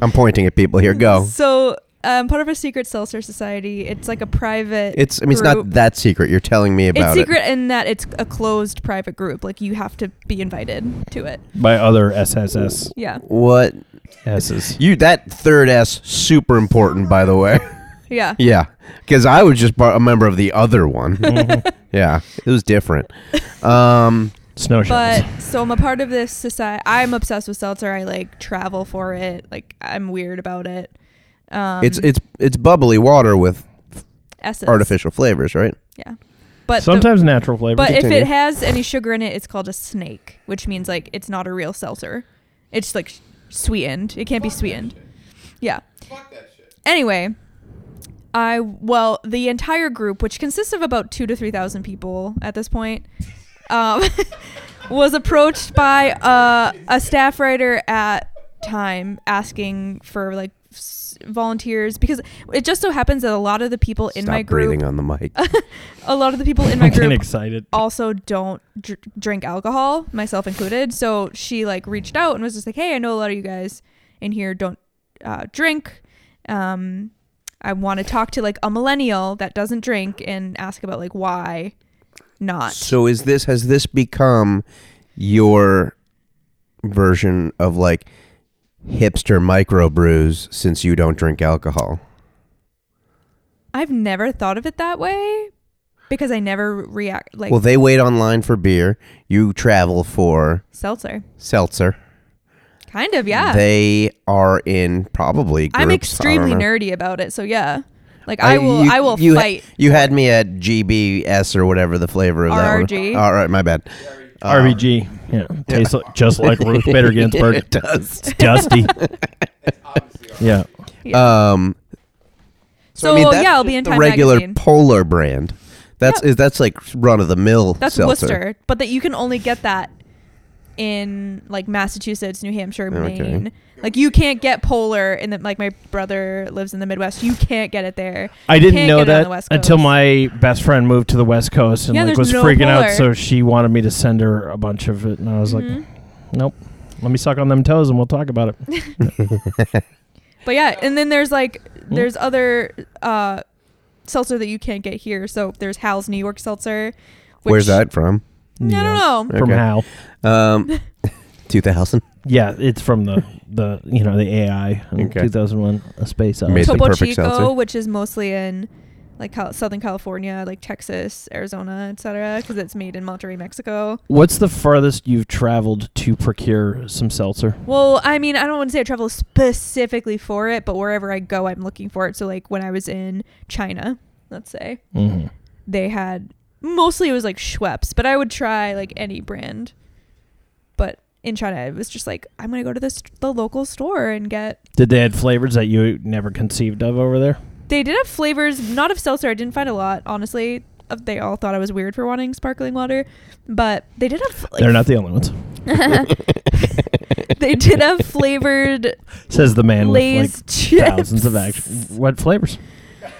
E: I'm pointing at people here. Go.
D: So um, part of a secret seltzer society. It's like a private.
E: It's. I mean, it's
D: group.
E: not that secret. You're telling me
D: It's
E: about
D: secret
E: it.
D: in that it's a closed private group. Like you have to be invited to it.
A: by other SSS
D: Yeah.
E: What?
A: S's.
E: You that third S super important, by the way.
D: Yeah.
E: yeah, because I was just part, a member of the other one. yeah, it was different. Um,
A: Snow shovels.
D: But so I'm a part of this society. I'm obsessed with seltzer. I like travel for it. Like I'm weird about it. Um,
E: it's it's it's bubbly water with
D: essence.
E: artificial flavors, right?
D: Yeah. But the-
A: Sometimes natural flavors.
D: but if
E: Continue.
D: it has any sugar in it, it's called a snake, which means like it's not a real seltzer. It's like sh- sweetened. It can't be sweetened. Yeah.
F: Fuck that shit.
D: Anyway, I well the entire group, which consists of about two to three thousand people at this point, um, was approached by uh, a staff writer at time asking for like s- volunteers because it just so happens that a lot of the people in
E: Stop
D: my group,
E: breathing on the mic.
D: a lot of the people in my
A: getting
D: group
A: excited.
D: also don't dr- drink alcohol, myself included. So she like reached out and was just like, "Hey, I know a lot of you guys in here don't uh, drink. Um, I want to talk to like a millennial that doesn't drink and ask about like why not."
E: So is this has this become your version of like hipster microbrews since you don't drink alcohol?
D: I've never thought of it that way because I never react like
E: Well, they wait online for beer. You travel for
D: seltzer.
E: seltzer.
D: Kind of, yeah.
E: They are in probably. Groups.
D: I'm
E: I
D: extremely
E: don't know.
D: nerdy about it, so yeah. Like I, will,
E: you-
D: I will
E: you ha-
D: fight.
E: you had me at GBS or whatever the flavor of that.
D: RRG.
E: One. All right, my bad.
A: RBG. Uh, Yeah. Tastes like, just like Ruth Bader Ginsburg.
E: it does.
A: It's dusty. yeah.
E: Um,
D: so yeah, I'll be in
E: the
D: Time
E: regular
D: magazine.
E: Polar brand. That's
D: Yeah.
E: is that's like run of the mill.
D: That's
E: seltzer.
D: Worcester, but that you can only get that in like Massachusetts, New Hampshire,
E: Okay.
D: Maine. Like you can't get polar in the like my brother lives in the Midwest. You can't get it there.
A: I
D: You
A: didn't
D: can't
A: know
D: get it on
A: that
D: the West
A: until
D: Coast.
A: my best friend moved to the West Coast and
D: Yeah,
A: like
D: there's
A: was
D: no
A: freaking out.
D: polar.
A: So she wanted me to send her a bunch of it, and I was like,
D: Mm-hmm.
A: "Nope, let me suck on them toes, and we'll talk about it."
D: But yeah, and then there's like
E: Hmm?
D: there's other uh seltzer that you can't get here. So there's Hal's New York seltzer. Which,
E: Where's that from?
D: I don't know.
A: From
E: Okay.
A: Hal.
E: Um, 2000.
A: Yeah, it's from the the you know the AI in
E: Okay.
A: 2001 A Space
E: Made It's the
A: Odyssey.
D: Topo
E: perfect
D: Chico,
E: seltzer.
D: which is mostly in like Cal- Southern California, like Texas, Arizona, etc., because it's made in Monterrey, Mexico.
A: What's the farthest you've traveled to procure some seltzer?
D: Well, I mean, I don't want to say I travel specifically for it, but wherever I go, I'm looking for it. So, like when I was in China, let's say,
A: Mm-hmm.
D: they had mostly it was like Schweppes, but I would try like any brand. But in China, it was just like I'm gonna go to this the local store and get.
A: Did they add flavors that you never conceived of over there?
D: They did have flavors, not of seltzer. I didn't find a lot, honestly. Of- They all thought I was weird for wanting sparkling water, but they did have. Like,
A: They're not the only ones.
D: Uh-huh. they did have flavored
A: Says the man
D: Lay's
A: with like
D: chips.
A: thousands of action. What flavors?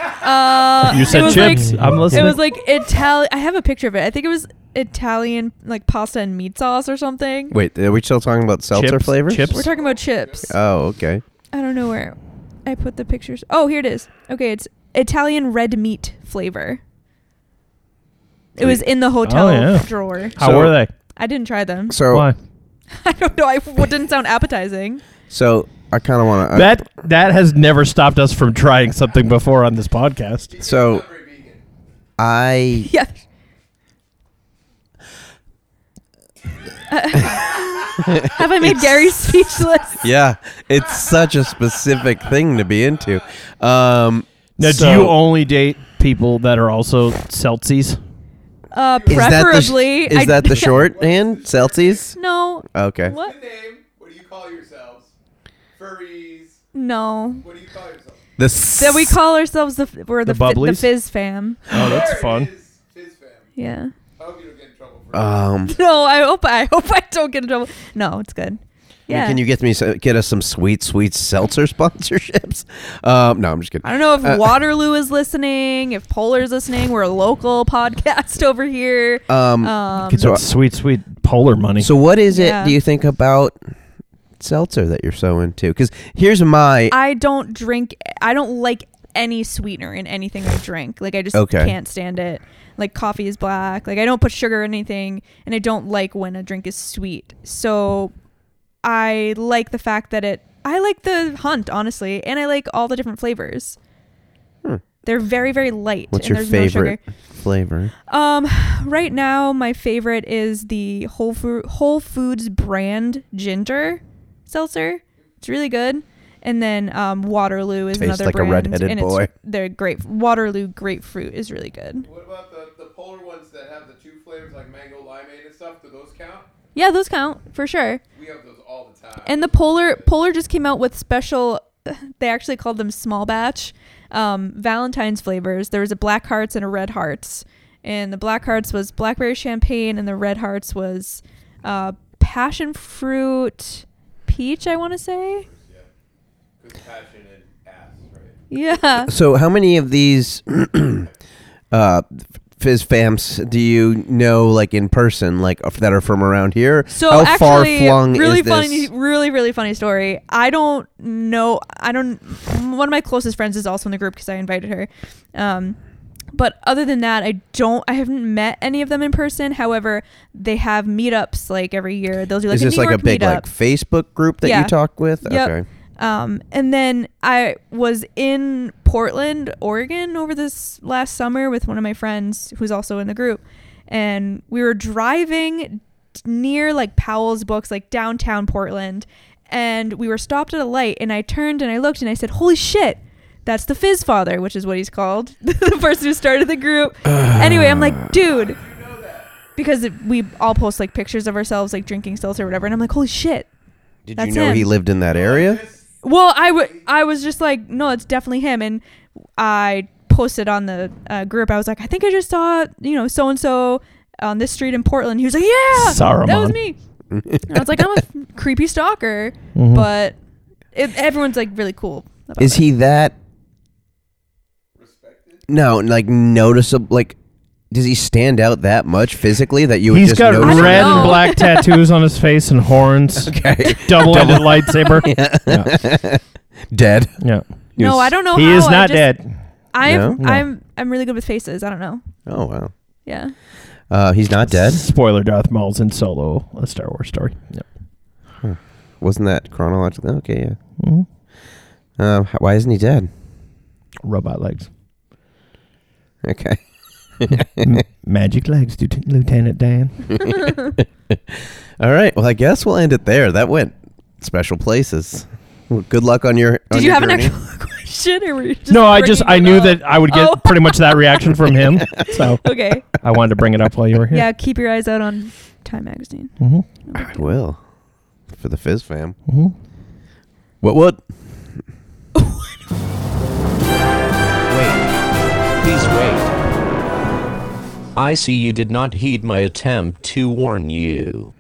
D: Uh,
A: You
D: it
A: said
D: was
A: chips.
D: like-
A: I'm listening.
D: It was like Italian. I have a picture of it. I think it was Italian, like pasta and meat sauce or something.
E: Wait, are we still talking about seltzer
A: Chips?
E: flavors?
A: Chips?
D: We're talking about chips.
E: Oh, okay.
D: I don't know where I put the pictures. Oh, here it is. Okay, it's Italian red meat flavor. It was in the hotel
A: Oh, yeah.
D: drawer.
A: How
E: So- oh,
A: were they?
D: I didn't try them.
E: So,
A: Why?
D: I don't know. I it didn't sound appetizing.
E: so I kind of want to.
A: That that has never stopped us from trying something before on this podcast.
E: So
F: Very vegan.
E: I
D: Yeah. Have I made Gary speechless?
E: yeah, it's such a specific thing to be into. Um,
A: Now,
E: so-
A: do you only date people that are also seltzies?
D: Uh,
E: Is that the sh-
D: preferably.
E: is
D: I-
E: that the shorthand? Celsius?
D: No.
E: Okay.
D: What?
F: The name, what do you call yourselves? Furries.
D: No.
F: What do you call yourselves?
E: The
D: That we call ourselves the f- we're the,
A: The
D: fi- the
A: Bubblies?
D: Fizz fam.
A: Oh,
F: There it is, Fizz fam.
D: Yeah.
F: I hope you don't get in trouble for
E: um
D: No, I hope I hope I don't get in trouble. No, it's good.
E: I mean,
D: Yeah.
E: can you get me so- get us some sweet, sweet seltzer sponsorships? Um, no, I'm just kidding.
D: I don't know if
E: Uh,
D: Waterloo is listening, if Polar's listening. We're a local podcast over here.
E: Um,
D: Um,
A: Get
E: So
A: that
E: I-
A: sweet, sweet polar money.
E: So what is it?
D: Yeah.
E: Do you think about seltzer that you're so into? Because here's my
D: I don't drink. I don't like any sweetener in anything I drink. Like I just
E: Okay.
D: can't stand it. Like coffee is black. Like I don't put sugar in anything, and I don't like when a drink is sweet. So I like the fact that it. I like the hunt honestly, and I like all the different flavors.
E: Hmm.
D: They're very very light.
E: what's
D: and
E: your
D: there's
E: favorite
D: No sugar.
E: flavor?
D: Um, right now my favorite is the Whole Fo- Whole Foods brand ginger seltzer. It's really good. And then um, Waterloo is
E: Tastes
D: another
E: like a
D: brand,
E: redheaded
D: and
E: boy.
D: It's, they're great. Waterloo grapefruit is really good.
F: What about the, the polar ones that have the two flavors like mango limeade and stuff? Do those count?
D: Yeah, those count for sure.
F: We have those all the time.
D: And the Polar Polar just came out with special. They actually called them small batch um, Valentine's flavors. There was a black hearts and a red hearts, and the black hearts was blackberry champagne, and the red hearts was uh, passion fruit peach. I want to say,
F: Because passion and ass, right?
D: yeah.
E: So how many of these uh, fizz fams do you know, like in person, like of- that are from around here?
D: So
E: how
D: actually,
E: far flung
D: really
E: is this?
D: funny, really really funny story. I don't know. I don't. One of my closest friends is also in the group because I invited her. Um, but other than that, I don't. I haven't met any of them in person. However, they have meetups like every year. They'll do like
E: is
D: a
E: this
D: New
E: like
D: York
E: a big
D: meetup.
E: like Facebook group that
D: Yeah.
E: you talk with?
D: Yep.
E: Okay.
D: Um, and then I was in Portland, Oregon over this last summer with one of my friends who's also in the group. And we were driving near like Powell's Books, like downtown Portland. And we were stopped at a light. And I turned and I looked and I said, Holy shit, that's the Fizz Father, which is what he's called, the person who started the group. anyway, I'm like, dude. Because it, we all post like pictures of ourselves like drinking seltzer or whatever, and I'm like, holy shit,
E: Did you
D: That's
E: know
D: him.
E: he lived in that area?
D: well, I wa- I was just like, no, it's definitely him, and I posted on the uh, group. I was like, I think I just saw you know so and so on this street in Portland. He was like, yeah, that was
A: Saruman.
D: me. And I was like, I'm a f- creepy stalker,
A: Mhm.
D: but it, everyone's like really cool. About
E: Is
D: it.
E: he that? No, like noticeable. Like, does he stand out that much physically that you would
A: He's
E: just
A: got
E: notice?
A: red
D: know.
A: and black tattoos on his face and horns.
E: Okay,
A: Double-ended lightsaber. Yeah.
E: dead.
A: yeah.
D: No, I don't know.
A: He
D: how.
A: is
D: I
A: not
D: just-
A: dead.
D: I'm
E: No?
A: No.
D: I'm I'm really good with faces. I don't know.
E: Oh wow.
D: Yeah.
E: Uh, he's not dead.
A: Spoiler: Darth Maul's in Solo, a Star Wars story. Yep.
E: Wasn't that chronologically? Okay,
A: Mhm.
E: yeah. Um, h- why isn't he dead?
A: Robot legs,
E: Okay.
A: M- magic legs, Lieutenant- Lieutenant Dan.
E: All right. Well, I guess we'll end it there. That went special places. Well, good luck on your. on
D: Did you
E: your
D: have an
E: journey.
D: actual question, or were you just
A: no, I just I
D: bringing it
A: knew
D: up?
A: that I would get
D: Oh.
A: pretty much that reaction from him, so
D: okay.
A: I wanted to bring it up while you were here.
D: Yeah, keep your eyes out on Time Magazine.
A: hmm
E: I will for the Fizz fam.
A: hmm
E: What? What?
B: Wait. Please wait. I see you did not heed my attempt to warn you.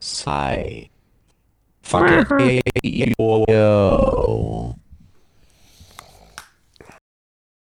B: Sigh. Fuck it. Yo.